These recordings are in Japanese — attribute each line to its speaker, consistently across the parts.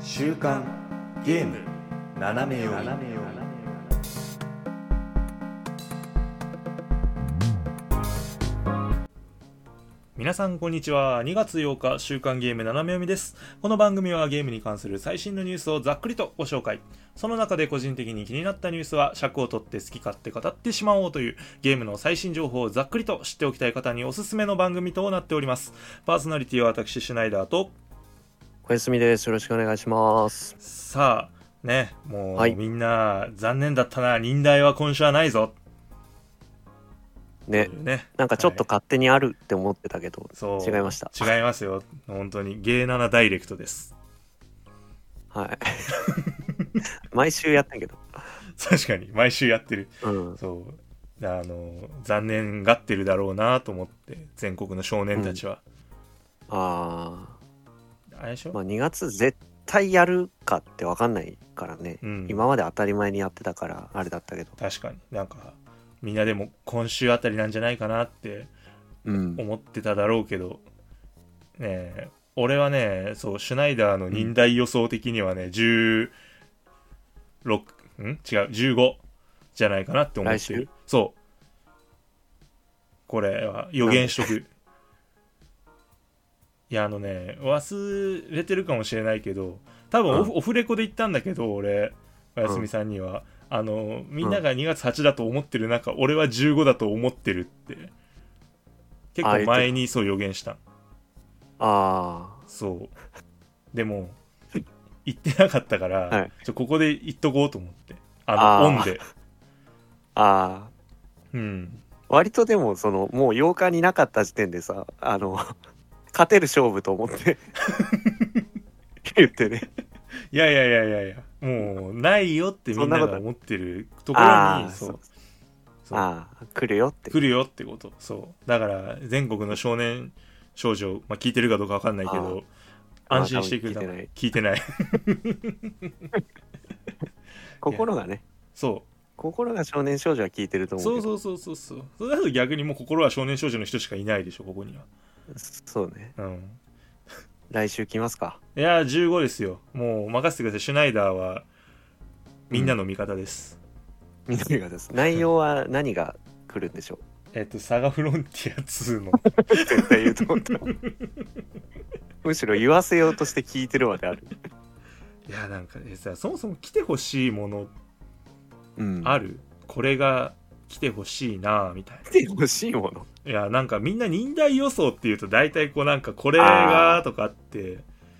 Speaker 1: 週刊ゲーム斜め読み
Speaker 2: 皆さんこんにちは2月8日週刊ゲーム斜め読みですこの番組はゲームに関する最新のニュースをざっくりとご紹介その中で個人的に気になったニュースは尺を取って好き勝手語ってしまおうというゲームの最新情報をざっくりと知っておきたい方におすすめの番組となっておりますパーソナリティは私シュナイダーと
Speaker 3: 小泉です。よろしくお願いします。
Speaker 2: さあねもう、
Speaker 3: はい
Speaker 2: みんな残念だったな忍耐は今週はないぞ
Speaker 3: ね
Speaker 2: とい、うね
Speaker 3: なんかちょっと
Speaker 2: は
Speaker 3: 勝手にあるって思ってたけど、
Speaker 2: いそう
Speaker 3: 違いました。
Speaker 2: 違いますよ本当にゲーナナダイレクトです
Speaker 3: はい。毎週やったけど。
Speaker 2: 確かに毎週やってる
Speaker 3: うん。
Speaker 2: そうあの残念がってるだろうなと思って全国の少年たちは、
Speaker 3: あ
Speaker 2: あれでしょ、
Speaker 3: あ、まあ2月絶対やるかってわかんないからね、
Speaker 2: うん
Speaker 3: 今まで当たり前にやってたからあれだったけど。
Speaker 2: 確かになんかみんなでも今週あたりなんじゃないかなって
Speaker 3: うん。
Speaker 2: 思ってただろうけどねえ俺はねそうシュナイダーの忍耐予想的にはね、16ん違う15じゃないかなって思っ
Speaker 3: 来
Speaker 2: てる
Speaker 3: 週
Speaker 2: そうこれは予言しとくいやあのね忘れてるかもしれないけど多分オフ,、オフレコで言ったんだけど俺おやすみさんには、あのみんなが2月8だと思ってる中、俺は15だと思ってるって結
Speaker 3: あ言っ
Speaker 2: 構
Speaker 3: てた
Speaker 2: 前にそう予言した
Speaker 3: あ
Speaker 2: そうでも言ってなかったから、
Speaker 3: はい
Speaker 2: ちょここで言っとこうと思ってあの
Speaker 3: あー
Speaker 2: オンで
Speaker 3: あ、ああ。
Speaker 2: うん
Speaker 3: 割とでも、その、もう8日になかった時点でさ、あの、 勝てる勝負と思って 言ってね。
Speaker 2: いやいやいやいやいやもうないよってみんなが思ってるところ
Speaker 3: あ
Speaker 2: に
Speaker 3: あ、
Speaker 2: そ
Speaker 3: そうう。
Speaker 2: そう
Speaker 3: ああ、来るよって。
Speaker 2: 来るよってことそうだから全国の少年少女、まあ、聞いてるかどうかわかんないけど
Speaker 3: あー
Speaker 2: 安心してくれた
Speaker 3: まあ多分
Speaker 2: 聞いてない
Speaker 3: 心がね。
Speaker 2: そ
Speaker 3: 心が少年少女は聞いてると
Speaker 2: う
Speaker 3: 思
Speaker 2: そ
Speaker 3: うけ
Speaker 2: う
Speaker 3: ど
Speaker 2: そうそうそうそうそれだと逆にもう心は少年少女の人しかいないでしょここには
Speaker 3: そうね
Speaker 2: うん
Speaker 3: 来週来ますか
Speaker 2: いやー15ですよもう任せてくださいシュナイダーはみんなの味方です、
Speaker 3: 緑がです内容は何が来るんでしょ
Speaker 2: えっとサガフロンティア2の
Speaker 3: う絶対言うと思った むしろ言わせようとして聞いてるまである
Speaker 2: いやーなんかねさそもそも来てほしいもの
Speaker 3: うん
Speaker 2: あるこれが来てほしいなーみたいな
Speaker 3: 来てほしいもの
Speaker 2: いやなんかみんな忍耐予想っていうと大体こうなんかこれがとかあって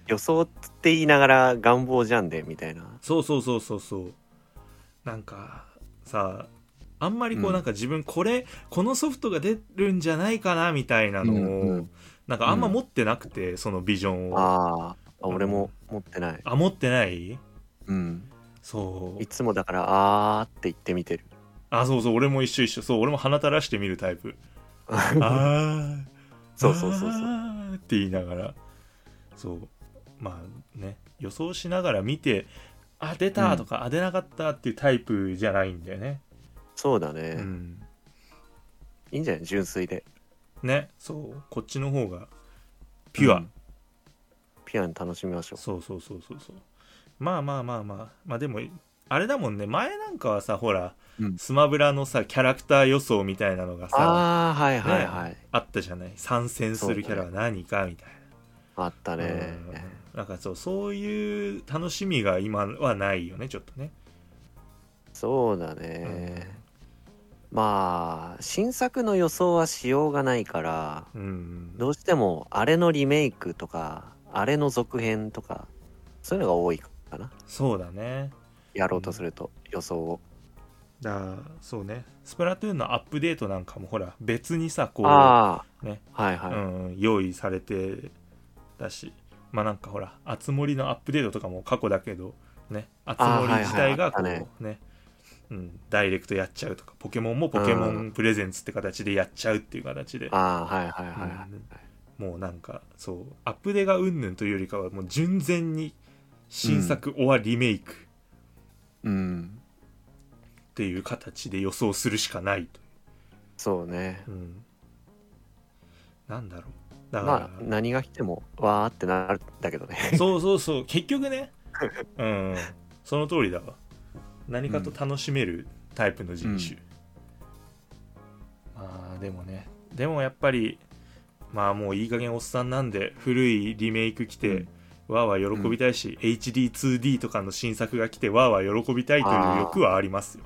Speaker 3: 予想って言いながら願望じゃんでみたいな
Speaker 2: そうそうそうそうそうなんかさあんまりこ
Speaker 3: う
Speaker 2: うんなんか自分これ、このソフトが出るんじゃないかなみたいなのを、
Speaker 3: うんうん
Speaker 2: なんかあんま持ってなくて、そのビジョンを
Speaker 3: ああ俺も持ってない
Speaker 2: あ持ってない
Speaker 3: うん
Speaker 2: そう
Speaker 3: いつもだからあーって言ってみてる
Speaker 2: あそうそう俺も一緒一緒そう俺も鼻垂らしてみるタイ プああ
Speaker 3: そうそうそうそう
Speaker 2: あーって言いながらそうまあね予想しながら見てあ出たとか、あ出なかったっていうタイプじゃないんだよね
Speaker 3: そうだね、
Speaker 2: うん
Speaker 3: いいんじゃない純粋で
Speaker 2: ねそうこっちの方がピュア、
Speaker 3: うんピュアに楽しみましょ
Speaker 2: そうそうそうそうそうまあまあまあまあまあでもあれだもんね前なんかはさほら、
Speaker 3: うん
Speaker 2: スマブラのさキャラクター予想みたいなのが
Speaker 3: う
Speaker 2: さ
Speaker 3: ああはいはいはい、
Speaker 2: あったじゃない参戦するキャラは何かみたいな
Speaker 3: あったね
Speaker 2: うんなんかそうそういう楽しみが今はないよねちょっとね
Speaker 3: そうだね、まあ新作の予想はしようがないから
Speaker 2: うん
Speaker 3: どうしてもあれのリメイクとかあれの続編とかそういうのが多いかな
Speaker 2: そうだね
Speaker 3: やろうとすると、予想を
Speaker 2: だからそうねスプラトゥーンのアップデートなんかもほら別にさこう、
Speaker 3: ああ、
Speaker 2: ね
Speaker 3: はいはい、
Speaker 2: うん、用意されてだしまあなんかほらあつ森のアップデートとかも過去だけどねあつ森自体がこう
Speaker 3: あーはいはいあ
Speaker 2: ね
Speaker 3: っ
Speaker 2: うん、ダイレクトやっちゃうとかポケモンもポケモンプレゼンツって形でやっちゃうっていう形で、
Speaker 3: ああはいはいはいはい、
Speaker 2: うんもうなんかそうアップデがうんぬんというよりかはもう純然に新作オアリメイクっ
Speaker 3: うん
Speaker 2: ていう形で予想するしかないとい
Speaker 3: そうね
Speaker 2: う、うん、なんだろうだか
Speaker 3: まあ
Speaker 2: ら、
Speaker 3: 何が来てもわーってなるんだけどね
Speaker 2: そうそうそう結局ねうんその通りだわ何かと楽しめるタイプの人種、まあでもねでもやっぱりまあもういい加減おっさんなんで古いリメイク来て、
Speaker 3: うん
Speaker 2: わーわー喜びたいし、HD2D とかの新作が来てわーわー喜びたいという欲はありますよ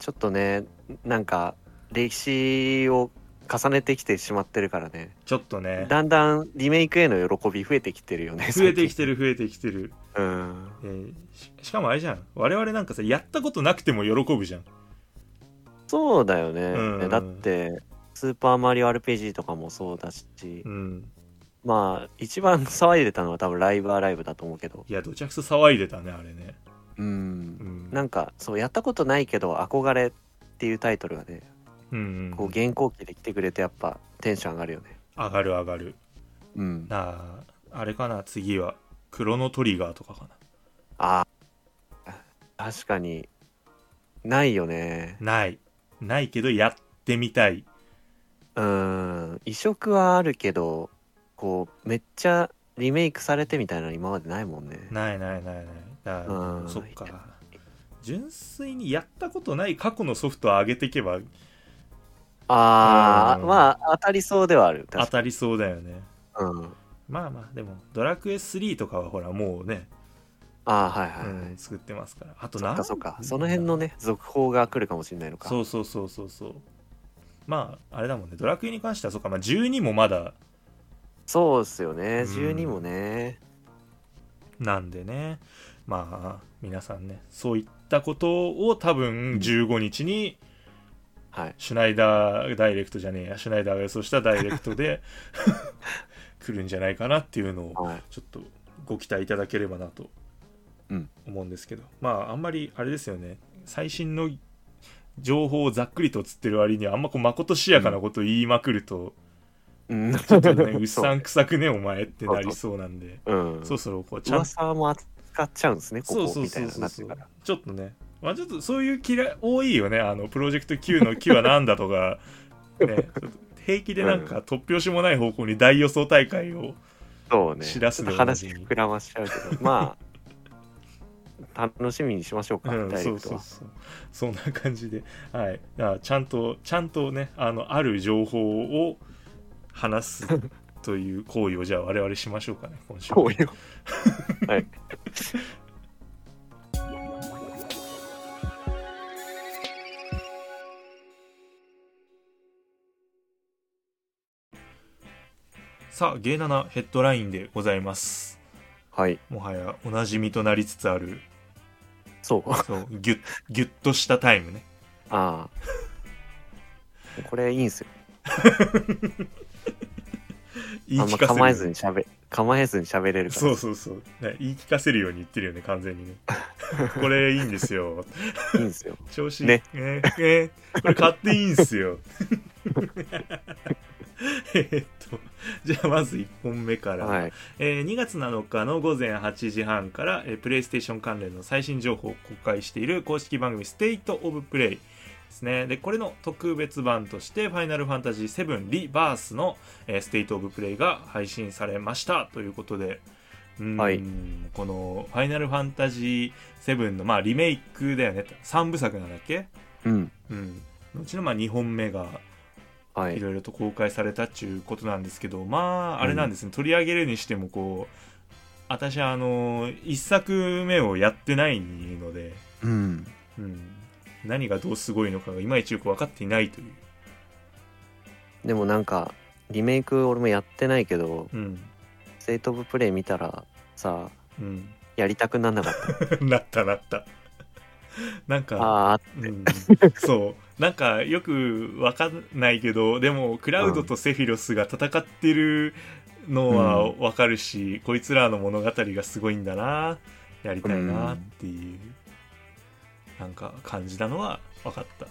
Speaker 3: ちょっとねなんか歴史を重ねてきてしまってるからね
Speaker 2: ちょっとね
Speaker 3: だんだんリメイクへの喜び増えてきてるよね
Speaker 2: 増えてき
Speaker 3: て
Speaker 2: てる増えてきてる、
Speaker 3: うん
Speaker 2: えーししかもあれじゃん我々なんかさやったことなくても喜ぶじゃん
Speaker 3: そうだよね、
Speaker 2: うん
Speaker 3: だってスーパーマリオ RPG とかもそうだし、
Speaker 2: うん
Speaker 3: まあ一番騒いでたのは多分ライブアライブだと思うけど
Speaker 2: いやどちゃくそ騒いでたねあれね
Speaker 3: うん
Speaker 2: ん
Speaker 3: なんかそうやったことないけど憧れっていうタイトルがね
Speaker 2: うんう、
Speaker 3: こうん現行期で来てくれてやっぱテンション上がるよね
Speaker 2: 上がる上がる
Speaker 3: うん
Speaker 2: なああれかな次はクロノトリガーとかか
Speaker 3: ああ確かにないよね
Speaker 2: なないないけどやってみたい
Speaker 3: うん移植はあるけどこうめっちゃリメイクされてみたいなの今までないもんね
Speaker 2: ないないないないだから
Speaker 3: うん
Speaker 2: そっか純粋にやったことない過去のソフトを上げていけば
Speaker 3: ああ
Speaker 2: うん
Speaker 3: まあ当たりそうではある
Speaker 2: 当
Speaker 3: 確か
Speaker 2: たりそうだよね
Speaker 3: に、うん、
Speaker 2: まあまあでも「ドラクエ3」とかはほらもうね、
Speaker 3: ああはいはい、
Speaker 2: うん、作ってますからあと
Speaker 3: そっ
Speaker 2: 何
Speaker 3: かそっかその辺のね続報が来るかもしれないのか
Speaker 2: そうそうそうそうそうまああれだもんねドラクエに関してはそっか、まあ、12もまだ
Speaker 3: そうっすよね
Speaker 2: うん
Speaker 3: 12もね
Speaker 2: なんでねまあ皆さんねそういったことを多分15日に
Speaker 3: はい
Speaker 2: シュナイダーダイレクトじゃねえやシュナイダーが予想したダイレクト で来るんじゃないかなっていうのを
Speaker 3: はい
Speaker 2: ちょっとご期待いただければなと
Speaker 3: うん
Speaker 2: 思うんですけど、まああんまりあれですよね最新の情報をざっくりとつってる割にはあんまこうまことしやかなことを言いまくる と、
Speaker 3: うん
Speaker 2: ちょっとねうっ
Speaker 3: そう
Speaker 2: さんくさくねお前ってなりそうなんで
Speaker 3: うん
Speaker 2: そろそろこうちゃんと
Speaker 3: 噂も扱っちゃうんですねこ
Speaker 2: そう
Speaker 3: こ
Speaker 2: そう
Speaker 3: みた
Speaker 2: そ
Speaker 3: いな
Speaker 2: う
Speaker 3: のに
Speaker 2: そうそ
Speaker 3: なって
Speaker 2: う
Speaker 3: から
Speaker 2: ちょっとね、まあ、ちょっとそういう嫌い多いよねあのプロジェクト Q の Q はなんだと か、ね、ちょっと平気でなんか突拍子もない方向に大予想大会を
Speaker 3: そうね
Speaker 2: 知らすで
Speaker 3: ちょっと
Speaker 2: おなじ
Speaker 3: 話
Speaker 2: み
Speaker 3: 膨らましちゃうけどまあ楽しみにしましょうか
Speaker 2: うん、
Speaker 3: ダイレ
Speaker 2: そう
Speaker 3: クト
Speaker 2: そう
Speaker 3: は
Speaker 2: そうそんな感じで、はい、だからちゃんとちゃんとねあのある情報を話すという行為をじゃあ我々しましょうかね今週
Speaker 3: こういうはい
Speaker 2: さあ芸7ヘッドラインでございます
Speaker 3: はい
Speaker 2: もはやおなじみとなりつつある
Speaker 3: そうあ
Speaker 2: そうギュッギュッとしたタイムね
Speaker 3: あこれいいんすよ
Speaker 2: 言い
Speaker 3: あんま
Speaker 2: 聞かせる
Speaker 3: 構えずにしゃべ構えずにしゃべれるから
Speaker 2: そうそうそう、ね、言い聞かせるように言ってるよね完全にねこれいいんですよ
Speaker 3: いいんですよ
Speaker 2: 調子ね
Speaker 3: ね
Speaker 2: ええこれ買っていいんすよ えっとじゃあまず1本目から、
Speaker 3: はい
Speaker 2: えー2月7日の午前8時半から、えープレイステーション関連の最新情報を公開している公式番組「ステイト・オブ・プレイ」ですねでこれの特別版として「ファイナルファンタジー7リバースの」えーステイト・オブ・プレイ」が配信されましたということでうーん、
Speaker 3: はい
Speaker 2: この「ファイナルファンタジー7」の、まあ、リメイクだよね3部作なんだっけ
Speaker 3: うん
Speaker 2: うんのうちのまあ2本目が
Speaker 3: はいい
Speaker 2: ろいろと公開されたっていうことなんですけどまああれなんですね、取り上げるにしてもこう私あの1作目をやってないので、
Speaker 3: うん
Speaker 2: うん、何がどうすごいのかがいまいちよく分かっていないという、
Speaker 3: でもなんかリメイク俺もやってないけど
Speaker 2: うん
Speaker 3: 「ステイト・オブ・プレイ」見たらさ
Speaker 2: うん、
Speaker 3: やりたくなんなかった
Speaker 2: なったなったなん か、
Speaker 3: ああ
Speaker 2: うん、そうなんかよく分かんないけどでもクラウドとセフィロスが戦ってるのは
Speaker 3: う
Speaker 2: 分かるし、こいつらの物語がすごいんだなやりたいなっていう、なんか感じたのは分かった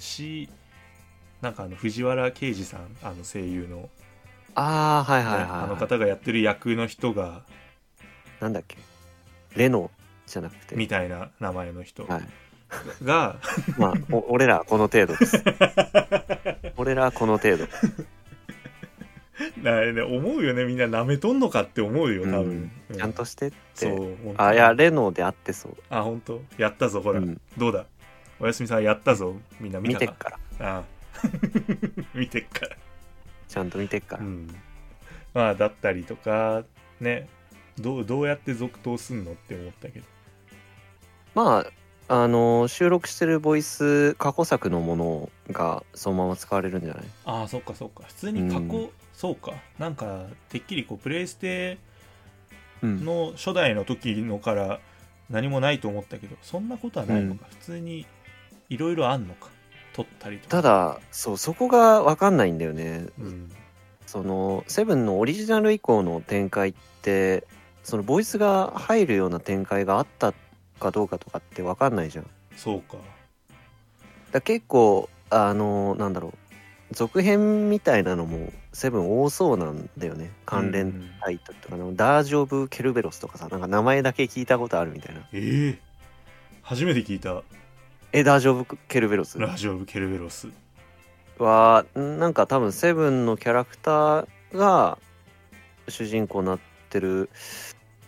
Speaker 2: しなんかあの藤原啓治さんあの声優の、
Speaker 3: ああはいはいはい、
Speaker 2: あの方がやってる役の人が
Speaker 3: なんだっけレノじゃなくて
Speaker 2: みたいな名前の人
Speaker 3: はい
Speaker 2: が、
Speaker 3: まあ お俺らはこの程度です俺らはこの程度
Speaker 2: な ね思うよねみんな舐めとんのかって思うよ多分、う
Speaker 3: ちゃんとしてって
Speaker 2: そう本当
Speaker 3: あいやレノーであってそう、
Speaker 2: あ本当やったぞほら、
Speaker 3: うん
Speaker 2: どうだおやすみさんやったぞみんな見
Speaker 3: 見
Speaker 2: た
Speaker 3: てっ
Speaker 2: か
Speaker 3: か
Speaker 2: あ
Speaker 3: ら
Speaker 2: あ 見てっから
Speaker 3: ちゃんと見てっから、
Speaker 2: うん、まあだったりとかねどうどうやって続投すんのって思ったけど
Speaker 3: まああの収録してるボイス過去作のものがそのまま使われるんじゃない
Speaker 2: ああそっかそっか普通に過去、
Speaker 3: うん
Speaker 2: そうかなんかてっきりこうプレイステ
Speaker 3: うん
Speaker 2: の初代の時のから何もないと思ったけどそんなことはないのか、普通にいろいろあんのか取ったりとか
Speaker 3: た、だそうそこが分かんないんだよね、
Speaker 2: うん、
Speaker 3: その「セブンのオリジナル以降の展開ってそのボイスが入るような展開があったかどうかとかって分かんないじゃんだか
Speaker 2: そうから
Speaker 3: 結構あのなんだろう続編みたいなのもセブン多そうなんだよね関連
Speaker 2: うん
Speaker 3: タイトルとかの、ダージオブ・ケルベロスとかさなんか名前だけ聞いたことあるみたいな
Speaker 2: ええ初めて聞いた
Speaker 3: えダージオブ・ケルベロス
Speaker 2: ラジオブ・ケルベロス
Speaker 3: はなんか多分セブンのキャラクターが主人公になってる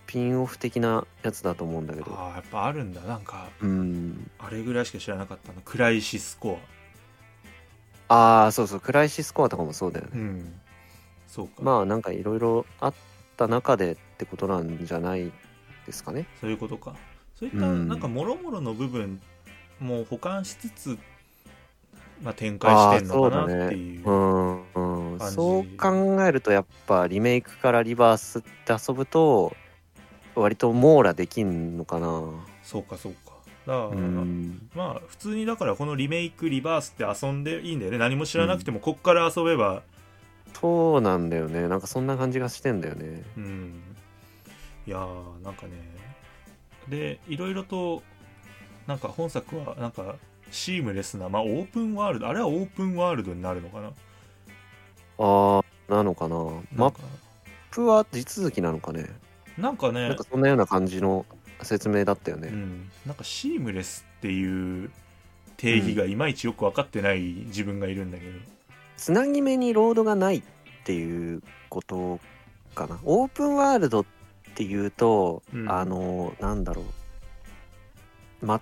Speaker 3: ピンオフ的なやつだと思うんだけど
Speaker 2: ああやっぱあるんだなんか
Speaker 3: うん
Speaker 2: あれぐらいしか知らなかったのクライシスコ
Speaker 3: ああそうそうクライシスコアとかもそうだよ
Speaker 2: アう
Speaker 3: ね、
Speaker 2: んそうか
Speaker 3: まあなんかいろいろあった中でってことなんじゃないですかね
Speaker 2: そういうことかそういった
Speaker 3: うん
Speaker 2: なんかもろもろの部分も保管しつつ、まあ、展開してんのか
Speaker 3: あーそうだ
Speaker 2: な
Speaker 3: ね
Speaker 2: っていう
Speaker 3: うん、うん、
Speaker 2: 感じ
Speaker 3: そう考えるとやっぱリメイクからリバースって遊ぶと割と網羅できんのかな
Speaker 2: そうかそうかだから、
Speaker 3: うん
Speaker 2: まあ普通にだからこのリメイクリバースって遊んでいいんだよね何も知らなくてもこっから遊べば
Speaker 3: そうなんだよねなんかそんな感じがしてんだよね
Speaker 2: うんいやーなんかねでいろいろとなんか本作はなんかシームレスなまあオープンワールドあれはオープンワールドになるのかな
Speaker 3: ああなのかな
Speaker 2: な
Speaker 3: マ
Speaker 2: ん
Speaker 3: ッ
Speaker 2: か
Speaker 3: プは地続きなのかね
Speaker 2: なんかね
Speaker 3: なんかそんなような感じの説明だったよね、
Speaker 2: うん、なんかシームレスっていう定義がいまいちよく分かってない自分がいるんだけど、
Speaker 3: つなぎ目にロードがないっていうことかなオープンワールドっていうと、
Speaker 2: うん
Speaker 3: あのなんだろう、ま、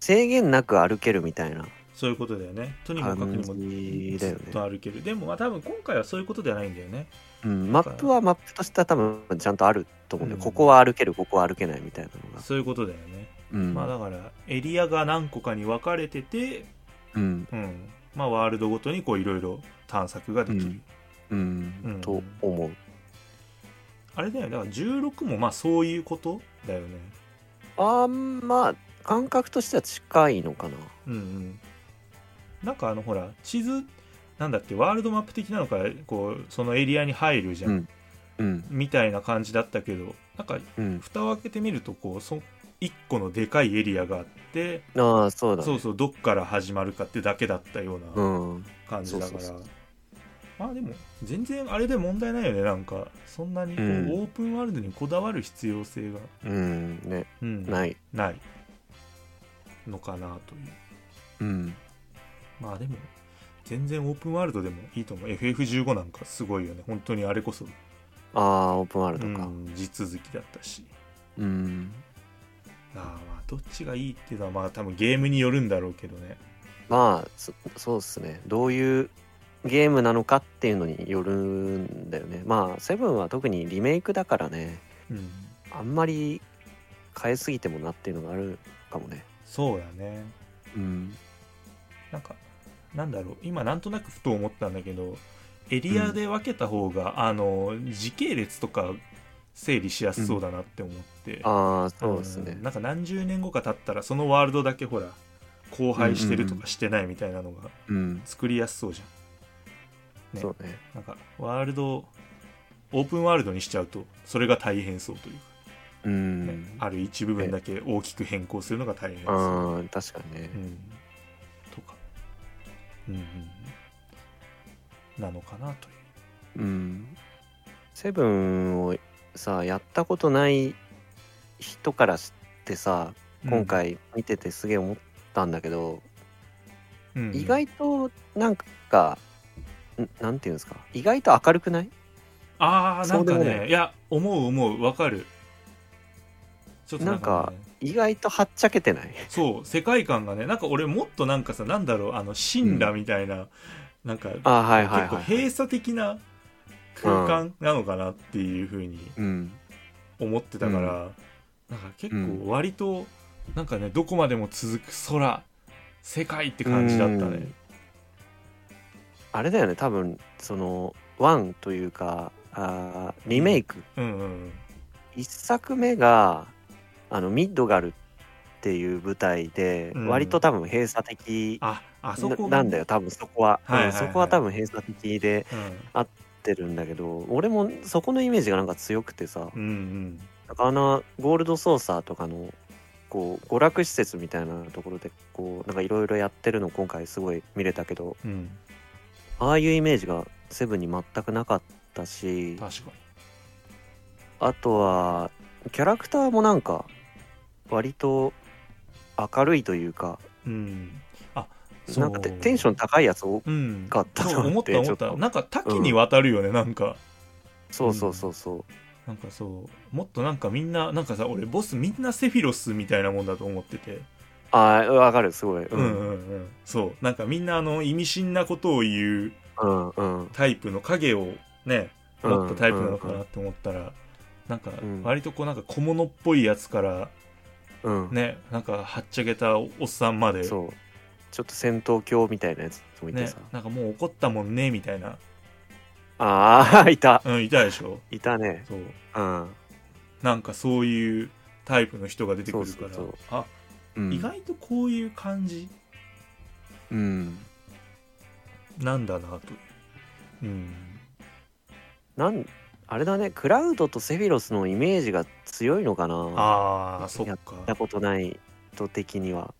Speaker 3: 制限なく歩けるみたいな
Speaker 2: そういうことだよねとにもかくにも
Speaker 3: 感じだ
Speaker 2: ず
Speaker 3: よ
Speaker 2: っ
Speaker 3: ね
Speaker 2: と歩ける、でもまあ多分今回はそういうことではないんだよね
Speaker 3: うん、マップはマップとしては多分ちゃんとあると思うんで、
Speaker 2: うん
Speaker 3: ここは歩けるここは歩けないみたいなのが、
Speaker 2: そういうことだよね、
Speaker 3: うん
Speaker 2: まあだからエリアが何個かに分かれてて、
Speaker 3: うん
Speaker 2: うんまあ、ワールドごとにこういろいろ探索ができる、
Speaker 3: うんうん
Speaker 2: うん
Speaker 3: と思う
Speaker 2: あれだよだから16もまあそういうことだよね
Speaker 3: あんまあ感覚としては近いのかな
Speaker 2: うんうんなんかあのほら地図なんだっけワールドマップ的なのかこうそのエリアに入るじゃん、
Speaker 3: うんうん
Speaker 2: みたいな感じだったけどなんか
Speaker 3: うん
Speaker 2: 蓋を開けてみるとこうそ1個のでかいエリアがあって
Speaker 3: ああそうだ
Speaker 2: そう
Speaker 3: ね
Speaker 2: そうどっから始まるかってだけだったよう
Speaker 3: う
Speaker 2: なん感じだ
Speaker 3: そ
Speaker 2: か
Speaker 3: う
Speaker 2: ら
Speaker 3: そうそう
Speaker 2: まあでも全然あれで問題ないよねなんかそんなにこう、
Speaker 3: うん
Speaker 2: オープンワールドにこだわる必要性が、
Speaker 3: うんね
Speaker 2: うんない
Speaker 3: ない
Speaker 2: のかなという
Speaker 3: うん
Speaker 2: まあでも全然オープンワールドでもいいと思う FF15 なんかすごいよね本当にあれこそ、
Speaker 3: ああオープンワール
Speaker 2: う
Speaker 3: ドか
Speaker 2: ん、地続きだったし
Speaker 3: うん
Speaker 2: あーまあどっちがいいっていうのはまあ多分ゲームによるんだろうけどね
Speaker 3: まあそそうっすねどういうゲームなのかっていうのによるんだよねまあセブンは特にリメイクだからね
Speaker 2: うん
Speaker 3: あんまり変えすぎてもなっていうのがあるかもね
Speaker 2: そうだね
Speaker 3: うん
Speaker 2: なんかなんだろう今なんとなくふと思ったんだけどエリアで分けた方が、あの時系列とか整理しやすそうだなって思って、
Speaker 3: ああそうですね
Speaker 2: んなんか何十年後か経ったらそのワールドだけほら荒廃してるとかしてないみたいなのが
Speaker 3: うん
Speaker 2: 作りやすそうじゃんね
Speaker 3: そうね
Speaker 2: なんかワールドオープンワールドにしちゃうとそれが大変そうというか
Speaker 3: う
Speaker 2: ね、
Speaker 3: ん
Speaker 2: ある一部分だけ大きく変更するのが大変そう、
Speaker 3: ああ確かにね
Speaker 2: うん、とか、うんうんうん、なのかなという
Speaker 3: うん、セブンをさやったことない人からしてさ今、回見ててすげえ思ったんだけど、
Speaker 2: うん
Speaker 3: 意外となんかんなんていうんですか意外と明るくない
Speaker 2: ああなんか
Speaker 3: そうでもな
Speaker 2: ねいや思う思うわかるちょっとなんか,、ね、
Speaker 3: 意外とはっちゃけてない
Speaker 2: そう世界観がねなんか俺もっとなんかさなんだろうあの神羅みたいな、なんか
Speaker 3: あーはいはい
Speaker 2: 結構
Speaker 3: はい、
Speaker 2: 閉鎖的な空間なのかなっていうふうに
Speaker 3: うん
Speaker 2: 思ってたから、なんか結構割となんかねどこまでも続く空世界って感じだった
Speaker 3: う
Speaker 2: ね
Speaker 3: んあれだよね多分そのワンというかあーリメイク、
Speaker 2: うんうん
Speaker 3: 一作目があのミッドガルっていう舞台で、
Speaker 2: うん
Speaker 3: 割と多分閉鎖的
Speaker 2: ああそこ
Speaker 3: な
Speaker 2: が
Speaker 3: なんだよ多分そこは、
Speaker 2: はいはいはい
Speaker 3: うんそこは多分閉鎖的でってるんだけど俺もそこのイメージがなんか強くてさ
Speaker 2: うんうん
Speaker 3: なんかあのゴールドソーサーとかのこう娯楽施設みたいなところでこうなんかいろいろやってるの今回すごい見れたけど
Speaker 2: うんうん
Speaker 3: ああいうイメージがセブンに全くなかったし
Speaker 2: 確かに
Speaker 3: あとはキャラクターもなんか割と明るいというか
Speaker 2: うんあそう
Speaker 3: なんかテテンション高いやつ多
Speaker 2: うん
Speaker 3: かった
Speaker 2: そう
Speaker 3: な
Speaker 2: 思っ
Speaker 3: って
Speaker 2: た思
Speaker 3: ちょ
Speaker 2: っ
Speaker 3: っと
Speaker 2: たなんか多岐にわたるよね、なんか
Speaker 3: そうそうそうそう
Speaker 2: なんかそうもっとなんかみんななんかさ俺ボスみんなセフィロスみたいなもんだと思ってて
Speaker 3: ああわかるすごいうん
Speaker 2: う
Speaker 3: うん
Speaker 2: うん
Speaker 3: ん
Speaker 2: うんそうなんかみんなあの意味深なことを言う
Speaker 3: うんうん
Speaker 2: タイプの影をね持ったタイプなのかな
Speaker 3: うん
Speaker 2: って思ったらなんか
Speaker 3: うん
Speaker 2: 割とこうなんか小物っぽいやつから
Speaker 3: うん
Speaker 2: ねなんかはっちゃけたおっさんまで
Speaker 3: そうちょっと戦闘狂みたいなやつもいて
Speaker 2: ね
Speaker 3: さ、
Speaker 2: なんかもう怒ったもんねみたいな
Speaker 3: ああ いた
Speaker 2: うんいたでしょ
Speaker 3: いたね
Speaker 2: そう
Speaker 3: うん、
Speaker 2: なんかそういうタイプの人が出てくるから
Speaker 3: そうそう
Speaker 2: あ
Speaker 3: うん、
Speaker 2: 意外とこういう感じ
Speaker 3: うん
Speaker 2: なんだなとうん
Speaker 3: なんあれだねクラウドとセフィロスのイメージが強いのかな
Speaker 2: ああそっ
Speaker 3: やっ
Speaker 2: か
Speaker 3: たことない人的には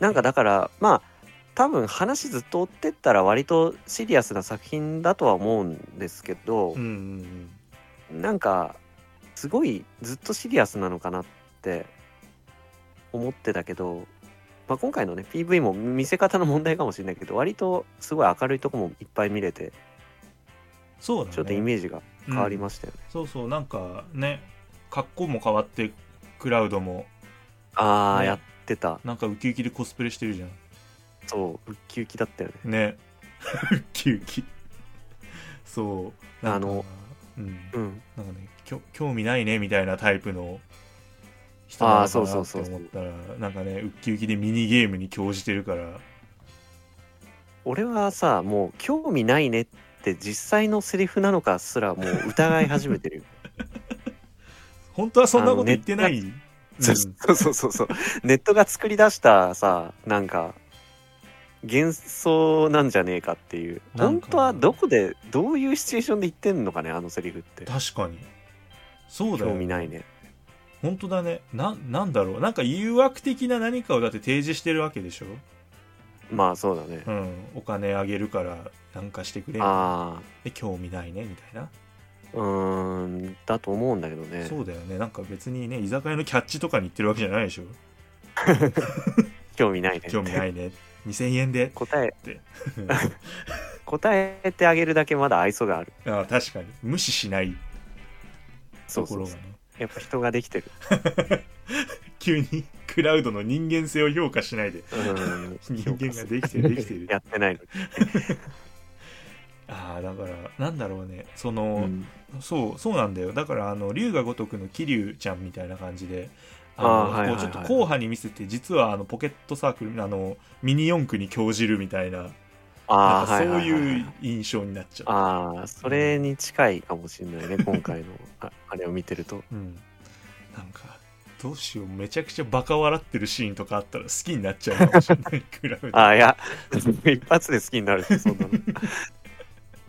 Speaker 3: なんかだからまあ多分話ずっと追ってったら割とシリアスな作品だとは思うんですけど
Speaker 2: うん、うん
Speaker 3: なんかすごいずっとシリアスなのかなって思ってたけど、まあ、今回のね PV も見せ方の問題かもしれないけど割とすごい明るいとこもいっぱい見れて
Speaker 2: そうだね
Speaker 3: ちょっとイメージが変わり
Speaker 2: す
Speaker 3: ましたよね。
Speaker 2: そうそうなんかね格好も変わってクラウドも
Speaker 3: ああ、
Speaker 2: ね
Speaker 3: やってた
Speaker 2: なんかウキウキでコスプレしてるじゃん
Speaker 3: そうウッキウキだったよね。
Speaker 2: ねウキウキそうなんか
Speaker 3: あの
Speaker 2: うん
Speaker 3: うん
Speaker 2: なんかねきょ興味ないねみたいなタイプの人
Speaker 3: あ
Speaker 2: な
Speaker 3: ー
Speaker 2: のか
Speaker 3: そうそ
Speaker 2: なって
Speaker 3: うそうそう
Speaker 2: 思ったらなんかねウッキウキでミニゲームに興じてるから
Speaker 3: 俺はさもう興味ないねって実際のセリフなのかすらもう疑い始め てるよ
Speaker 2: 本当はそんなこと言ってない、
Speaker 3: そうそうそうそうそうネットが作り出したさなんか幻想なんじゃねえかっていう
Speaker 2: なん
Speaker 3: 本
Speaker 2: か
Speaker 3: 当はどこでどういうシチュエーションで言ってんのかねあのセリフって
Speaker 2: 確かにそうだよ
Speaker 3: 興味ないね
Speaker 2: 本当だねななんだろうなんか誘惑的な何かをだって提示してるわけでしょ
Speaker 3: まあそうだね
Speaker 2: うん、お金あげるからなんかしてくれ
Speaker 3: ああ
Speaker 2: で興味ないねみたいな、
Speaker 3: うーんだと思うんだけどね
Speaker 2: そうだよねなんか別にね居酒屋のキャッチとかに行ってるわけじゃないでしょ
Speaker 3: 興味ないね
Speaker 2: 興味ないいね2000円で
Speaker 3: 答え
Speaker 2: うん
Speaker 3: 答えてあげるだけまだ愛想がある
Speaker 2: ああ確かに無視しない
Speaker 3: そ
Speaker 2: とこ
Speaker 3: うそ
Speaker 2: ろ
Speaker 3: う
Speaker 2: が
Speaker 3: そ
Speaker 2: ね
Speaker 3: うやっぱ人ができてる
Speaker 2: 急にクラウドの人間性を評価しないで
Speaker 3: うーん
Speaker 2: 人間ができてるできてる
Speaker 3: やってないのに
Speaker 2: ああだからなんだろうねその、
Speaker 3: うん
Speaker 2: そうそうなんだよだからあの龍が如くの桐生ちゃんみたいな感じであ
Speaker 3: あ
Speaker 2: の
Speaker 3: ーはい
Speaker 2: こ
Speaker 3: は
Speaker 2: う
Speaker 3: い
Speaker 2: ちょっ
Speaker 3: はい
Speaker 2: と硬派に見せて実はあのポケットサークルあのミニ四駆に興じるみたいなな
Speaker 3: あ
Speaker 2: ん
Speaker 3: あ、
Speaker 2: か
Speaker 3: は
Speaker 2: そう
Speaker 3: いはいはいはい
Speaker 2: いう印象になっちゃう、
Speaker 3: ああ、それに近いかもしれないね、今回のああれを見てると。
Speaker 2: うん、なんかどうしようめちゃくちゃバカ笑ってるシーンとかあったら好きになっちゃうかもしれない クラウド
Speaker 3: ああ、いや、一発で好きになるって、そ んなの。ギ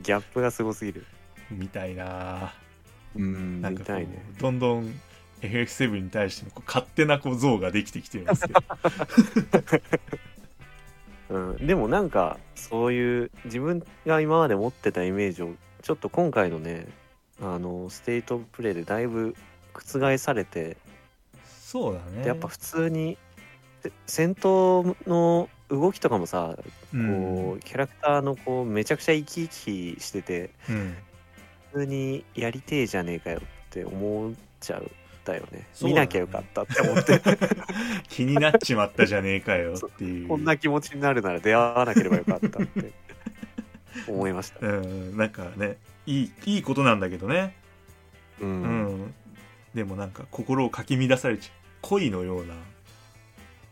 Speaker 3: ャップがすごすぎる。
Speaker 2: みたいな
Speaker 3: うん
Speaker 2: なん
Speaker 3: 見
Speaker 2: かこ
Speaker 3: た
Speaker 2: う、
Speaker 3: いね。
Speaker 2: どんどん FF7 に対してのこう勝手なこう像ができてきてますけど
Speaker 3: うん、でもなんか、そういう、自分が今まで持ってたイメージを、ちょっと今回のね、あの、ステートオブプレイでだいぶ覆されて、
Speaker 2: そうだね
Speaker 3: でやっぱ普通に、せ戦闘の動きとかもさ、
Speaker 2: うん
Speaker 3: こうキャラクターのこうめちゃくちゃ生き生きしてて
Speaker 2: うん
Speaker 3: 普通にやりてえじゃねえかよって思っちゃうだよね
Speaker 2: そうだね
Speaker 3: 見なきゃよかったって思って
Speaker 2: 気になっちまったじゃねえかよって いう
Speaker 3: こんな気持ちになるなら出会わなければよかったって 思いました、
Speaker 2: うんなんかねいいいいことなんだけどね、
Speaker 3: う
Speaker 2: うんんでもなんか心をかき乱されちゃう恋のような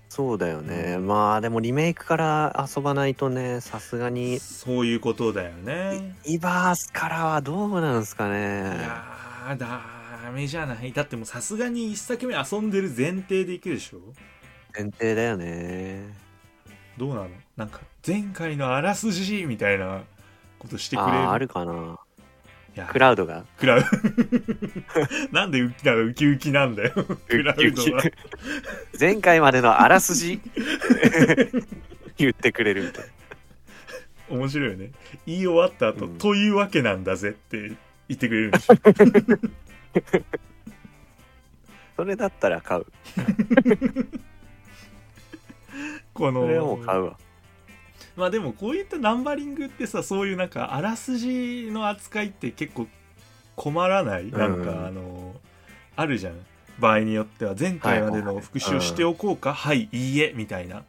Speaker 3: そうだよね、
Speaker 2: うん
Speaker 3: まあでもリメイクから遊ばないとねさすがに
Speaker 2: そういうことだよね
Speaker 3: リバースからはどうなんすか
Speaker 2: い
Speaker 3: ね
Speaker 2: やーダメじゃないだってもうさすがに一作目遊んでる前提でいくでしょ
Speaker 3: 前提だよね
Speaker 2: どうなのなんか前回のあらすじみたいなことしてくれる
Speaker 3: あーあるかない
Speaker 2: や
Speaker 3: クラウドが
Speaker 2: クラウ なんでウキウキウキなんだよクラウドは
Speaker 3: 前回までのあらすじ言ってくれるみたい
Speaker 2: 面白いよね言い終わった後、
Speaker 3: うん
Speaker 2: というわけなんだぜ」って言ってくれるんで しょ
Speaker 3: それだったら買う
Speaker 2: この
Speaker 3: それはもう買うわ
Speaker 2: まあでもこういったナンバリングってさそういうなんかあらすじの扱いって結構困らない、なん
Speaker 3: うん
Speaker 2: かあのあるじゃん場合によっては前回までの復習をしておこうかはい、いいえみたいな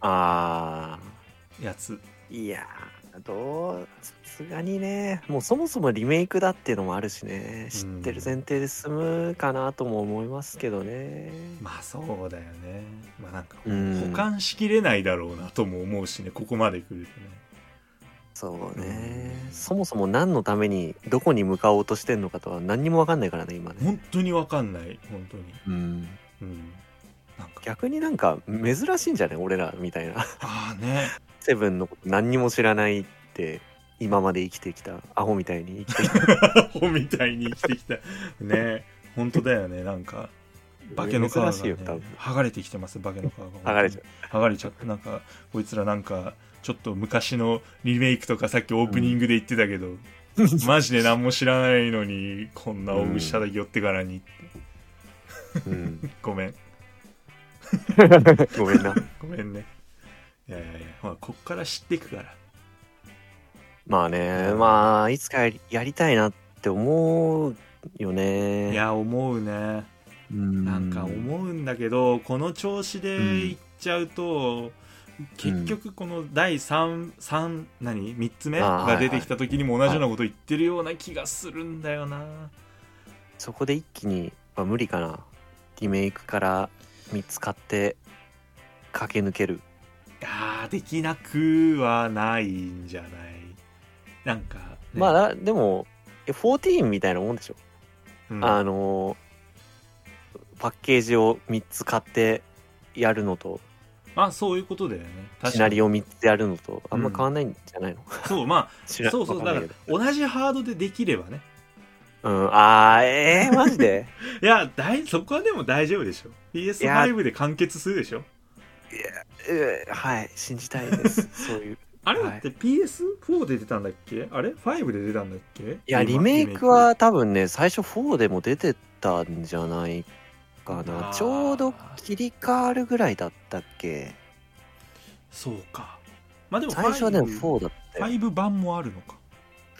Speaker 3: あ
Speaker 2: やつ
Speaker 3: ーいやーどうさすがにねもうそもそもリメイクだっていうのもあるしね知ってる前提で進むかなとも思いますけどね、
Speaker 2: まあそうだよねまあなんか
Speaker 3: うん
Speaker 2: 保管しきれないだろうなとも思うしねここまで来るとね
Speaker 3: そ
Speaker 2: う
Speaker 3: うね
Speaker 2: ん
Speaker 3: そもそも何のためにどこに向かおうとしてんのかとは何にも分かんないからね今ね
Speaker 2: 本当にわかんない本当に
Speaker 3: うん
Speaker 2: うんなんか
Speaker 3: 逆になんか珍しいんじゃない俺らみたいな
Speaker 2: ああね
Speaker 3: セブンのこと何にも知らないって今まで生きてきたアホみたいに生きてきた
Speaker 2: アホみたいに生き てきたね本当だよねなんか化けの皮が、
Speaker 3: 珍
Speaker 2: ね
Speaker 3: しいよ多分、
Speaker 2: 剥がれてきてます化けの皮が
Speaker 3: 剥がれちゃう
Speaker 2: 剥がれちゃってなんかこいつらなんかちょっと昔のリメイクとかさっきオープニングで言ってたけど、マジで何も知らないのにこんな大口叩き寄ってからに、
Speaker 3: うん、
Speaker 2: ごめん
Speaker 3: ごめんな
Speaker 2: ごめんねいやいやいやほらこっから知っていくから
Speaker 3: まあねまあいつかやりやりたいなって思うよね
Speaker 2: いや思うねな
Speaker 3: なん
Speaker 2: か思うんだけどこの調子でいっちゃうと、結局この第 3, 三何3つ目
Speaker 3: あー
Speaker 2: が出てきた時にも同じようなこと言ってるような気がするんだよな、
Speaker 3: そこで一気に、まあ、無理かなリメイクから見つかって駆け抜ける
Speaker 2: いやーできなくはないんじゃないなんかね、
Speaker 3: まあだでもえ14みたいなもんでしょ
Speaker 2: うん
Speaker 3: あのーパッケージを3つ買ってやるのと
Speaker 2: まあそういうことだよね
Speaker 3: シナリ
Speaker 2: オ
Speaker 3: オ3つやるのとあんま変わんないんじゃないの、
Speaker 2: そうま
Speaker 3: 知
Speaker 2: あ
Speaker 3: ら
Speaker 2: そうそう
Speaker 3: わ
Speaker 2: だ
Speaker 3: ん
Speaker 2: から
Speaker 3: ないけ
Speaker 2: 同じハードでできればね
Speaker 3: どうん、あーえー、マジで
Speaker 2: いや大そこはでも大丈夫でしょ
Speaker 3: や
Speaker 2: PS5 で完結するでしょ
Speaker 3: うーはい信じたいです そういう
Speaker 2: あれだ
Speaker 3: はい
Speaker 2: って PS4 で出たんだっけあれ ?5 で出たんだっけい
Speaker 3: いやリメイクは多分ね最初4でも出てたんじゃないか
Speaker 2: あー
Speaker 3: なちょうど切り替わるぐらいだったっけ
Speaker 2: そうかまあでも
Speaker 3: 最初はね
Speaker 2: 5
Speaker 3: 4だったよ
Speaker 2: 5版もあるのか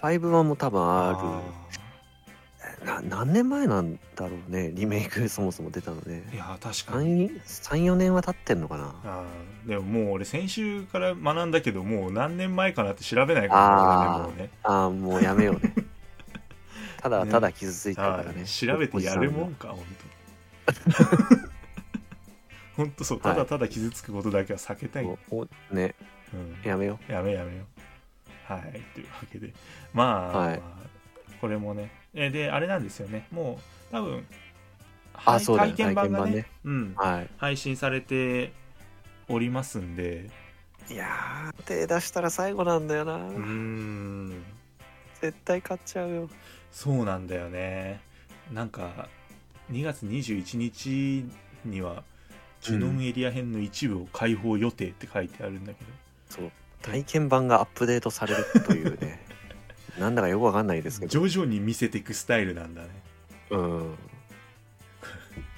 Speaker 3: 5版も多分あるな何年前なんだろうねリメイクそもそも出たのね
Speaker 2: るいや確かに
Speaker 3: 34年は経ってんのかな
Speaker 2: あーでももう俺先週から学んだけどもう何年前かなって調べない
Speaker 3: あー
Speaker 2: からねもうね
Speaker 3: ああもうやめようねただ
Speaker 2: ね
Speaker 3: ただ傷ついたから
Speaker 2: は
Speaker 3: ね
Speaker 2: い調べてやるもんか本当 本当そうただただ傷つくことだけは避けたい、
Speaker 3: もうもうね
Speaker 2: うん
Speaker 3: やめよ
Speaker 2: やめようやめよう。はい。というわけで、まあ、
Speaker 3: はい
Speaker 2: まあこれもね。えで、あれなんですよね。もう、多分、
Speaker 3: あ
Speaker 2: はい
Speaker 3: そうだよ
Speaker 2: 体験版がね
Speaker 3: 体験
Speaker 2: うん
Speaker 3: う、は
Speaker 2: 配信されておりますんで、
Speaker 3: いいやー手出したら最後なんだよな、
Speaker 2: うーん、
Speaker 3: 絶対買っちゃうよ
Speaker 2: そうなんだよね。なんか、2月21日には、ジュノンエリア編の一部を開放予定って書いてあるんだけど、
Speaker 3: そう体験版がアップデートされるというねなんだかよくわかんないですけど
Speaker 2: 徐々に見せていくスタイルなんだね。
Speaker 3: うん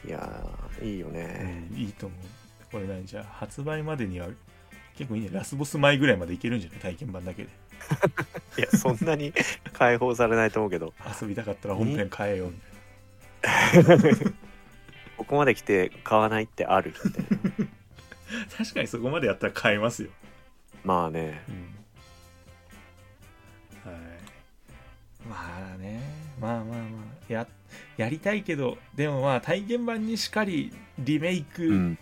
Speaker 3: いやーいいよね、
Speaker 2: うんいいと思うこれ何じゃあ発売までには結構いいねラスボス前ぐらいまでいけるんじゃない体験版だけで
Speaker 3: いやそんなに解放されないと思うけど
Speaker 2: 遊びたかったら本編変えようみたい
Speaker 3: ここまで来て買わないってあるみたいな
Speaker 2: な 確かにそこまでやったら変えますよ、
Speaker 3: まあね
Speaker 2: はいまあねまあまあまあややりたいけどでもまあ体験版にしかりリメイ
Speaker 3: う
Speaker 2: ク
Speaker 3: ん